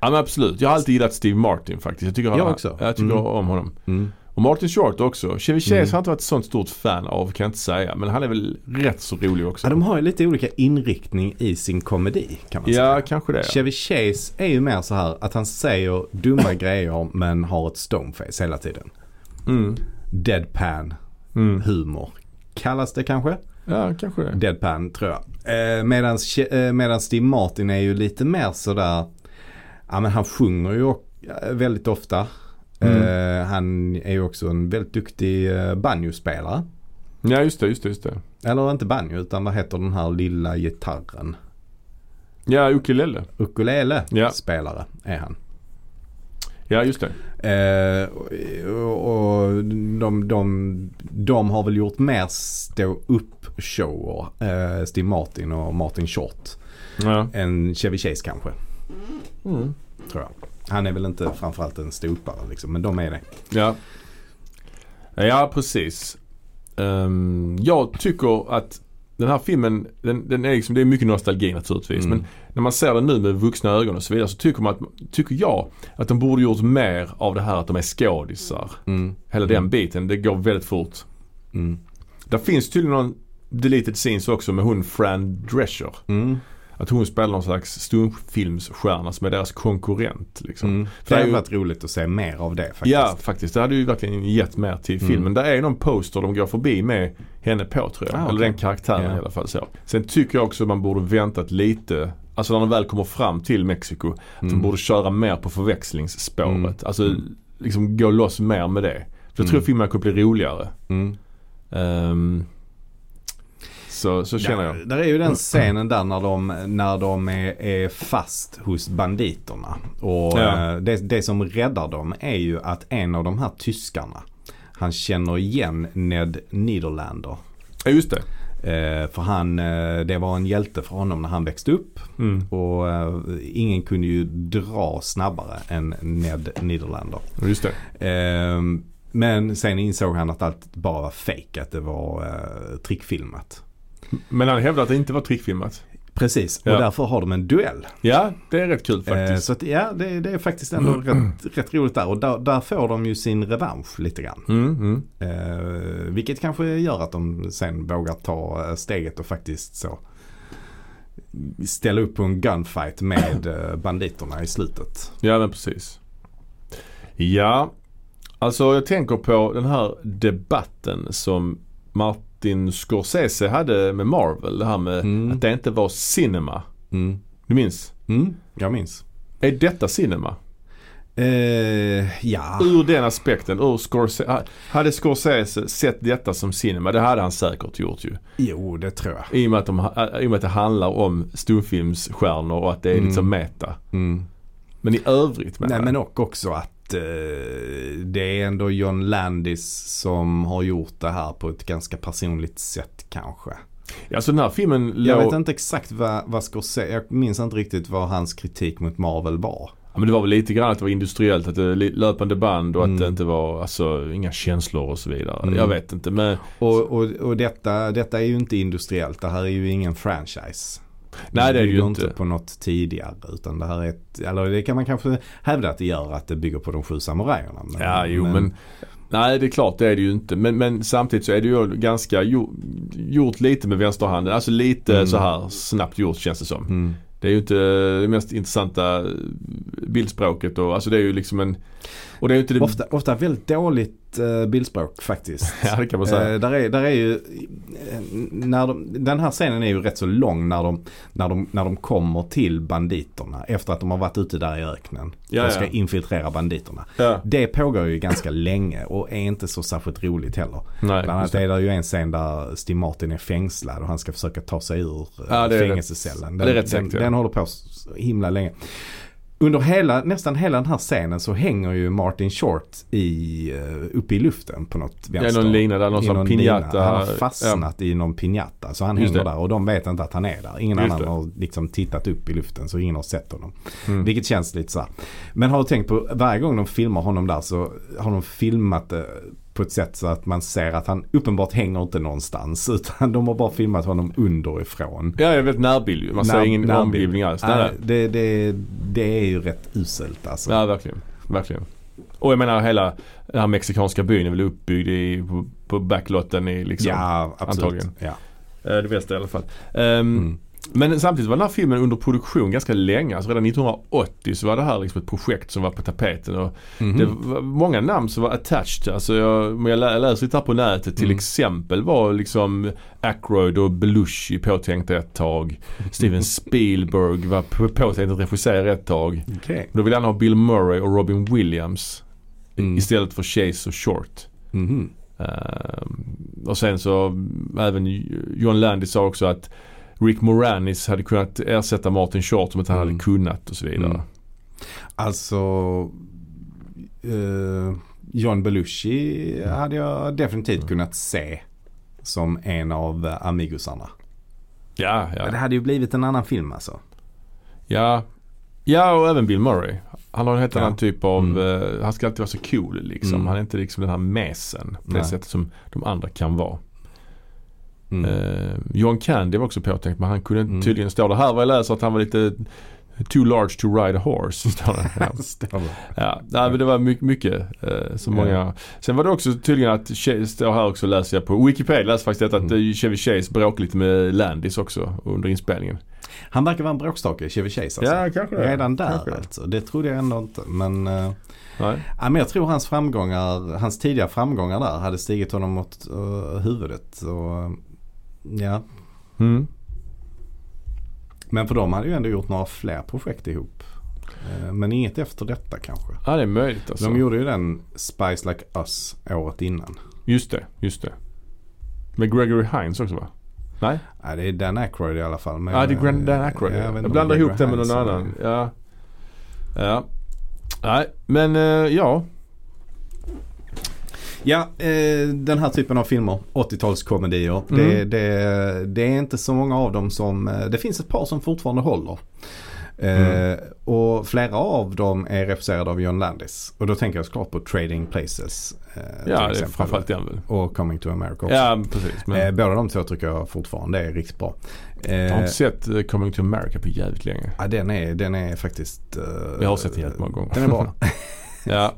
[SPEAKER 1] Ja men absolut. Jag har alltid gillat Steve Martin faktiskt. Jag tycker,
[SPEAKER 2] Jag
[SPEAKER 1] han-
[SPEAKER 2] också.
[SPEAKER 1] Jag tycker
[SPEAKER 2] Mm.
[SPEAKER 1] om honom.
[SPEAKER 2] Mm.
[SPEAKER 1] Och Martin Short också. Chevy Chase
[SPEAKER 2] Mm.
[SPEAKER 1] har jag inte varit ett sånt stort fan av kan jag inte säga. Men han är väl rätt så rolig också.
[SPEAKER 2] Ja, de har ju lite olika inriktning i sin komedi kan man
[SPEAKER 1] Ja,
[SPEAKER 2] säga.
[SPEAKER 1] kanske det.
[SPEAKER 2] Chevy Chase är ju mer så här att han säger
[SPEAKER 1] <clears throat>
[SPEAKER 2] dumma grejer men har ett stoneface hela tiden.
[SPEAKER 1] Mm.
[SPEAKER 2] Deadpan
[SPEAKER 1] Mm.
[SPEAKER 2] humor kallas det kanske.
[SPEAKER 1] Ja, kanske det.
[SPEAKER 2] Deadpan tror jag. Eh, medans, eh, medans Steve Martin är ju lite mer sådär, ja men han sjunger ju och, eh, väldigt ofta. Eh, han är ju också en väldigt duktig eh, banjospelare.
[SPEAKER 1] Ja, just det, just det, just det.
[SPEAKER 2] Eller inte banjo utan vad heter den här lilla gitarren?
[SPEAKER 1] Ja, ukulele. Ja.
[SPEAKER 2] Ukulele-spelare är han.
[SPEAKER 1] Ja, just det.
[SPEAKER 2] Eh, och och de, de, de har väl gjort mer stå upp shower, eh, Steve Martin och Martin Short,
[SPEAKER 1] Ja.
[SPEAKER 2] än Chevy Chase kanske.
[SPEAKER 1] Mm.
[SPEAKER 2] tror jag. Han är väl inte framförallt en ståuppare liksom, men de är det.
[SPEAKER 1] Ja. ja, precis. Ehm, jag tycker att den här filmen, den, den är liksom, det är mycket nostalgi naturligtvis.
[SPEAKER 2] Mm.
[SPEAKER 1] Men när man ser den nu med vuxna ögon och så vidare så tycker, man att, tycker jag att de borde gjort mer av det här att de är skådisar.
[SPEAKER 2] Mm.
[SPEAKER 1] Hela den biten. Det går väldigt fort.
[SPEAKER 2] Mm.
[SPEAKER 1] Där finns tydligen någon deleted scenes också med hon Fran Drescher.
[SPEAKER 2] Mm.
[SPEAKER 1] Att hon spelar någon slags stumfilmsstjärna som är deras konkurrent. Liksom.
[SPEAKER 2] Mm.
[SPEAKER 1] För det
[SPEAKER 2] Det
[SPEAKER 1] är
[SPEAKER 2] hade
[SPEAKER 1] ju-
[SPEAKER 2] varit roligt att se mer av det faktiskt. Mm.
[SPEAKER 1] Ja faktiskt. Det hade ju verkligen gett mer till filmen. Där är någon poster de går förbi med henne på tror jag.
[SPEAKER 2] Ah, okej.
[SPEAKER 1] Eller den karaktären
[SPEAKER 2] Ja.
[SPEAKER 1] i alla fall. Så. Sen tycker jag också att man borde väntat lite. Alltså när de väl kommer fram till Mexiko. Att de
[SPEAKER 2] Mm.
[SPEAKER 1] borde köra mer på förväxlingsspåret.
[SPEAKER 2] Mm.
[SPEAKER 1] Alltså
[SPEAKER 2] Mm.
[SPEAKER 1] liksom gå loss mer med det. För jag tror
[SPEAKER 2] Mm.
[SPEAKER 1] filmen kommer bli roligare.
[SPEAKER 2] Mm.
[SPEAKER 1] Ehm, så, så känner jag. Mm.
[SPEAKER 2] Där, där är ju den scenen där när de, när de är, är fast hos banditerna. Och
[SPEAKER 1] Ja.
[SPEAKER 2] eh, det, det som räddar dem är ju att en av de här tyskarna, han känner igen Ned Niederlander.
[SPEAKER 1] Ja just det.
[SPEAKER 2] Eh, för han, eh, det var en hjälte för honom när han växte upp.
[SPEAKER 1] Mm.
[SPEAKER 2] Och eh, ingen kunde ju dra snabbare än Ned Niederlander.
[SPEAKER 1] Just det.
[SPEAKER 2] Ehm, men sen insåg han att allt bara var fejk, att det var eh, trickfilmat.
[SPEAKER 1] Men han hävdar att det inte var trickfilmat.
[SPEAKER 2] Precis,
[SPEAKER 1] Ja.
[SPEAKER 2] och därför har de en duell.
[SPEAKER 1] Ja det är rätt kul
[SPEAKER 2] Eh,
[SPEAKER 1] faktiskt.
[SPEAKER 2] så att, ja, det, det är
[SPEAKER 1] <clears throat>
[SPEAKER 2] faktiskt ändå rätt, rätt roligt där. Och där, där får de ju sin revansch lite grann.
[SPEAKER 1] Mm, mm.
[SPEAKER 2] Eh, vilket kanske gör att de sen vågar ta eh, steget och faktiskt så ställa upp på en gunfight med eh, banditerna i slutet.
[SPEAKER 1] Ja men precis. Ja, alltså jag tänker på den här debatten som Martin Scorsese hade med Marvel. Det här med
[SPEAKER 2] Mm.
[SPEAKER 1] att det inte var cinema.
[SPEAKER 2] Mm.
[SPEAKER 1] Du minns?
[SPEAKER 2] Mm, jag minns.
[SPEAKER 1] Är detta cinema?
[SPEAKER 2] Eh, ja.
[SPEAKER 1] Ur den aspekten, ur Scorsese. Hade Scorsese sett detta som cinema? Det hade han säkert gjort ju.
[SPEAKER 2] Jo, det tror jag.
[SPEAKER 1] I och med att, de, äh, i och med att det handlar om storfilmsstjärnor och att det är
[SPEAKER 2] Mm.
[SPEAKER 1] liksom meta.
[SPEAKER 2] Mm.
[SPEAKER 1] Men i övrigt menar
[SPEAKER 2] Nej
[SPEAKER 1] jag.
[SPEAKER 2] men och också att eh, det är ändå John Landis som har gjort det här på ett ganska personligt sätt kanske.
[SPEAKER 1] Alltså den här filmen
[SPEAKER 2] Jag
[SPEAKER 1] låg-
[SPEAKER 2] vet inte exakt vad, vad Scorsese, jag minns inte riktigt vad hans kritik mot Marvel var.
[SPEAKER 1] Ja, men det var väl lite grann att det var industriellt, att det var li- löpande band och att
[SPEAKER 2] Mm.
[SPEAKER 1] det inte var, alltså inga känslor och så vidare.
[SPEAKER 2] Mm.
[SPEAKER 1] Jag vet inte men,
[SPEAKER 2] Och,
[SPEAKER 1] Alltså-
[SPEAKER 2] och, och detta, detta är ju inte industriellt, det här är ju ingen franchise.
[SPEAKER 1] nej det är det ju
[SPEAKER 2] bygger
[SPEAKER 1] inte.
[SPEAKER 2] på något tidigare utan det här är ett, eller det kan man kanske hävda att det gör att det bygger på de sju samurajerna. men-
[SPEAKER 1] Ja, jo men, nej det är klart det är det ju inte. Men, men samtidigt så är det ju ganska jo, gjort lite med vänsterhanden, alltså lite
[SPEAKER 2] Mm.
[SPEAKER 1] så här snabbt gjort känns det som.
[SPEAKER 2] Mm.
[SPEAKER 1] Det är ju inte det mest intressanta bildspråket och alltså det är ju liksom en, och det är ju inte det,
[SPEAKER 2] Ofta, ofta väldigt dåligt eh, bildspråk faktiskt.
[SPEAKER 1] <laughs> ja det kan man säga.
[SPEAKER 2] Eh, där, är, där är ju, eh, när de, den här scenen är ju rätt så lång när de, när, de, när de kommer till banditerna efter att de har varit ute där i öknen.
[SPEAKER 1] Ja,
[SPEAKER 2] de ska
[SPEAKER 1] ja.
[SPEAKER 2] infiltrera banditerna.
[SPEAKER 1] ja.
[SPEAKER 2] Det pågår ju ganska länge och är inte så särskilt roligt heller.
[SPEAKER 1] Nej,
[SPEAKER 2] Bland
[SPEAKER 1] just
[SPEAKER 2] annat
[SPEAKER 1] det.
[SPEAKER 2] är det ju en scen där Steve Martin är fängslad och han ska försöka ta sig ur eh,
[SPEAKER 1] Ja, det är rätt-
[SPEAKER 2] fängelsecellen.
[SPEAKER 1] det är rätt
[SPEAKER 2] den,
[SPEAKER 1] segt, ja.
[SPEAKER 2] den håller på så himla länge. Under hela, nästan hela den här scenen så hänger ju Martin Short i, eh, uppe i luften på något
[SPEAKER 1] Ja,
[SPEAKER 2] vänster.
[SPEAKER 1] någon lina där, någon
[SPEAKER 2] I
[SPEAKER 1] sån här
[SPEAKER 2] lina.
[SPEAKER 1] pinjata.
[SPEAKER 2] Han har fastnat i någon pinjata. Så han
[SPEAKER 1] Just
[SPEAKER 2] hänger
[SPEAKER 1] det.
[SPEAKER 2] där och de vet inte att han är där. Ingen
[SPEAKER 1] Just
[SPEAKER 2] annan
[SPEAKER 1] det.
[SPEAKER 2] har liksom tittat upp i luften så ingen har sett honom.
[SPEAKER 1] Mm.
[SPEAKER 2] Vilket känns lite så här. Men har du tänkt på varje gång de filmar honom där så har de filmat det på ett sätt så att man ser att han uppenbart hänger inte någonstans. <laughs> Utan de har bara filmat honom underifrån.
[SPEAKER 1] Ja, jag är väldigt närbild ju. Man ser
[SPEAKER 2] När-
[SPEAKER 1] ingen
[SPEAKER 2] när-
[SPEAKER 1] omgivning alls. Nej,
[SPEAKER 2] Nej,
[SPEAKER 1] nej.
[SPEAKER 2] det, det, det är ju rätt uselt alltså.
[SPEAKER 1] Ja, verkligen. verkligen. Och jag menar hela den här mexikanska byn är väl uppbyggd i, på, på backlotten i liksom.
[SPEAKER 2] Ja, absolut.
[SPEAKER 1] antagligen.
[SPEAKER 2] Ja.
[SPEAKER 1] Eh, Det bästa i alla fall. Ehm,
[SPEAKER 2] Mm.
[SPEAKER 1] Men samtidigt var den här filmen under produktion ganska länge. Alltså redan 1980 så var det här liksom ett projekt som var på tapeten. Och Det
[SPEAKER 2] Mhm.
[SPEAKER 1] var många namn som var attached. Alltså jag, men jag lä- läser lite här på nätet. Till
[SPEAKER 2] Mm.
[SPEAKER 1] exempel var liksom Ackroyd och Belushi påtänkta ett
[SPEAKER 2] <laughs>
[SPEAKER 1] tag. Steven Spielberg var på- påtänkt att regissera ett tag.
[SPEAKER 2] Okej.
[SPEAKER 1] Men Då vill han ha Bill Murray och Robin Williams
[SPEAKER 2] Mm.
[SPEAKER 1] istället för Chase och Short.
[SPEAKER 2] Mhm.
[SPEAKER 1] Ehm, och sen så mm, även John Landis sa också att Rick Moranis hade kunnat ersätta Martin Short som att han
[SPEAKER 2] Mm.
[SPEAKER 1] hade kunnat och så vidare.
[SPEAKER 2] Mm. Alltså eh, John Belushi hade jag definitivt kunnat se som en av eh, Amigosarna.
[SPEAKER 1] Ja,
[SPEAKER 2] Men det
[SPEAKER 1] ja.
[SPEAKER 2] hade ju blivit en annan film alltså.
[SPEAKER 1] ja. Ja, och även Bill Murray. Han har en helt
[SPEAKER 2] Ja.
[SPEAKER 1] annan typ av,
[SPEAKER 2] Mm.
[SPEAKER 1] eh, han ska alltid vara så cool liksom.
[SPEAKER 2] Mm.
[SPEAKER 1] Han är inte liksom den här mesen på
[SPEAKER 2] Nej.
[SPEAKER 1] det sättet som de andra kan vara.
[SPEAKER 2] Mm.
[SPEAKER 1] Mm. Eh, John Candy var också påtänkt men han kunde
[SPEAKER 2] Mm.
[SPEAKER 1] tydligen stå där. Här var jag läser att han var lite Too large to ride a horse. står
[SPEAKER 2] <laughs>
[SPEAKER 1] det. Ja.
[SPEAKER 2] Stämmer.
[SPEAKER 1] Ja, nej, men det var mycket, mycket eh, så många.
[SPEAKER 2] Ja.
[SPEAKER 1] Sen var det också tydligen att, Chase- står här också läser jag på Wikipedia, läser faktiskt detta att
[SPEAKER 2] Mm.
[SPEAKER 1] eh, Chevy Chase bråkade lite med Landis också under inspelningen.
[SPEAKER 2] Han verkar vara en bråkstake, Chevy Chase alltså.
[SPEAKER 1] kanske
[SPEAKER 2] Redan där
[SPEAKER 1] Kanske det.
[SPEAKER 2] alltså. Det trodde jag ändå inte. Men, eh,
[SPEAKER 1] Nej.
[SPEAKER 2] ja, men jag tror hans framgångar, hans tidiga framgångar där hade stigit honom mot eh, huvudet. Och, eh, ja.
[SPEAKER 1] Mm.
[SPEAKER 2] Men för de hade ju ändå gjort några fler projekt ihop. Eh, men inget efter detta kanske.
[SPEAKER 1] Ja, det är möjligt alltså.
[SPEAKER 2] De gjorde ju den Spice Like Us året innan.
[SPEAKER 1] Just det, just det. Med Gregory Hines också va? Nej?
[SPEAKER 2] Ja, det är Dan Aykroyd i alla fall. men-
[SPEAKER 1] Ja, det är Grand Dan Aykroyd.
[SPEAKER 2] Ja, jag vet
[SPEAKER 1] jag
[SPEAKER 2] inte om
[SPEAKER 1] blandar
[SPEAKER 2] Gregory
[SPEAKER 1] ihop det med någon
[SPEAKER 2] Hines eller-
[SPEAKER 1] annan. Ja. ja. Nej, men eh, ja.
[SPEAKER 2] Ja, eh, den här typen av filmer, 80-talskomedier. Det,
[SPEAKER 1] Mm.
[SPEAKER 2] det, det är inte så många av dem som, eh, det finns ett par som fortfarande håller. Eh,
[SPEAKER 1] Mm.
[SPEAKER 2] och flera av dem är refuserade av John Landis. Och då tänker jag såklart på Trading Places. Eh, till
[SPEAKER 1] Ja, det är
[SPEAKER 2] exempel.
[SPEAKER 1] framförallt den väl.
[SPEAKER 2] Och Coming to America också.
[SPEAKER 1] Ja, precis. Men
[SPEAKER 2] Eh, båda de två tycker jag fortfarande är riktigt bra. Eh,
[SPEAKER 1] jag har inte sett eh, Coming to America på jävligt länge.
[SPEAKER 2] ja, den, är, den är faktiskt... eh,
[SPEAKER 1] Jag har sett den jättemånga gånger.
[SPEAKER 2] Den är bra. <laughs>
[SPEAKER 1] Ja,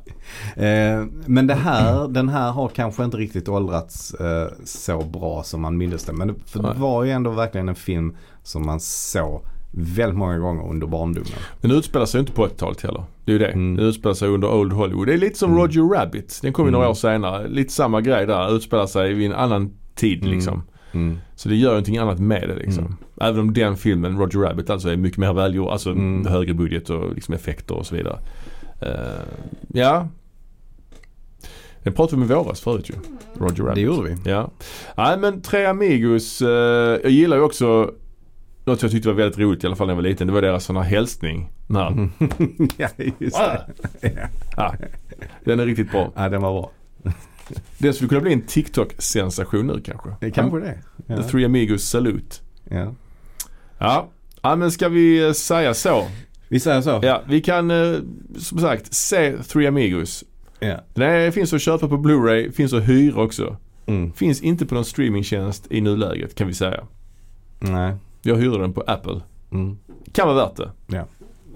[SPEAKER 2] Eh, men det här, den här har kanske inte riktigt åldrats eh, så bra som man minns den. Men det, för det
[SPEAKER 1] Nej.
[SPEAKER 2] var ju ändå verkligen en film som man såg väldigt många gånger under barndomen.
[SPEAKER 1] den utspelar sig ju inte på 80-talet heller. Det är ju det.
[SPEAKER 2] Mm.
[SPEAKER 1] Den utspelar sig under Old Hollywood. Det är lite som
[SPEAKER 2] Mm.
[SPEAKER 1] Roger Rabbit. Den kom ju några
[SPEAKER 2] Mm.
[SPEAKER 1] år senare. Lite samma grej där. Utspelar sig vid en annan tid
[SPEAKER 2] Mm.
[SPEAKER 1] liksom.
[SPEAKER 2] Mm.
[SPEAKER 1] Så det gör någonting annat med det liksom.
[SPEAKER 2] Mm.
[SPEAKER 1] Även om den filmen, Roger Rabbit, alltså är mycket mer välgjord. Alltså
[SPEAKER 2] Mm.
[SPEAKER 1] högre budget och liksom effekter och så vidare. Eh, ja. Den pratade vi om i våras förut ju. Roger Rabbit.
[SPEAKER 2] Mm. Det gjorde vi. <laughs>
[SPEAKER 1] Ja. Nej men Tre Amigos. eh, jag gillar ju också något jag tyckte var väldigt roligt i alla fall när jag var liten. Det var deras sån här hälsning. Den, här.
[SPEAKER 2] Mm. ja, just det.
[SPEAKER 1] Ja. den är riktigt bra.
[SPEAKER 2] Ja, den var bra.
[SPEAKER 1] Den skulle kunna bli en TikTok-sensation nu kanske.
[SPEAKER 2] Det kanske det. Ja.
[SPEAKER 1] The Three Amigos Salute.
[SPEAKER 2] Ja.
[SPEAKER 1] Ja. ja men ska vi eh, säga så?
[SPEAKER 2] Vi säger så.
[SPEAKER 1] Ja, vi kan eh, som sagt se Three Amigos.
[SPEAKER 2] Ja.
[SPEAKER 1] Den här finns att köpa på Blu-ray, finns att hyra också.
[SPEAKER 2] Mm.
[SPEAKER 1] Finns inte på någon streamingtjänst i nuläget kan vi säga.
[SPEAKER 2] Nej.
[SPEAKER 1] Jag hyrde den på Apple.
[SPEAKER 2] Mm.
[SPEAKER 1] Kan vara värt det.
[SPEAKER 2] Ja.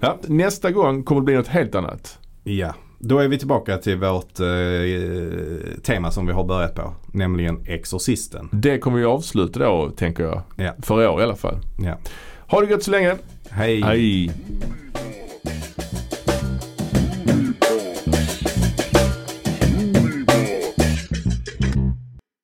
[SPEAKER 1] Ja, nästa gång kommer det bli något helt annat.
[SPEAKER 2] Ja. Då är vi tillbaka till vårt eh, tema som vi har börjat på. Nämligen Exorcisten.
[SPEAKER 1] Det kommer vi avsluta då tänker jag.
[SPEAKER 2] Ja.
[SPEAKER 1] För i år i alla fall.
[SPEAKER 2] Ja.
[SPEAKER 1] Ha det gött så länge. Hej.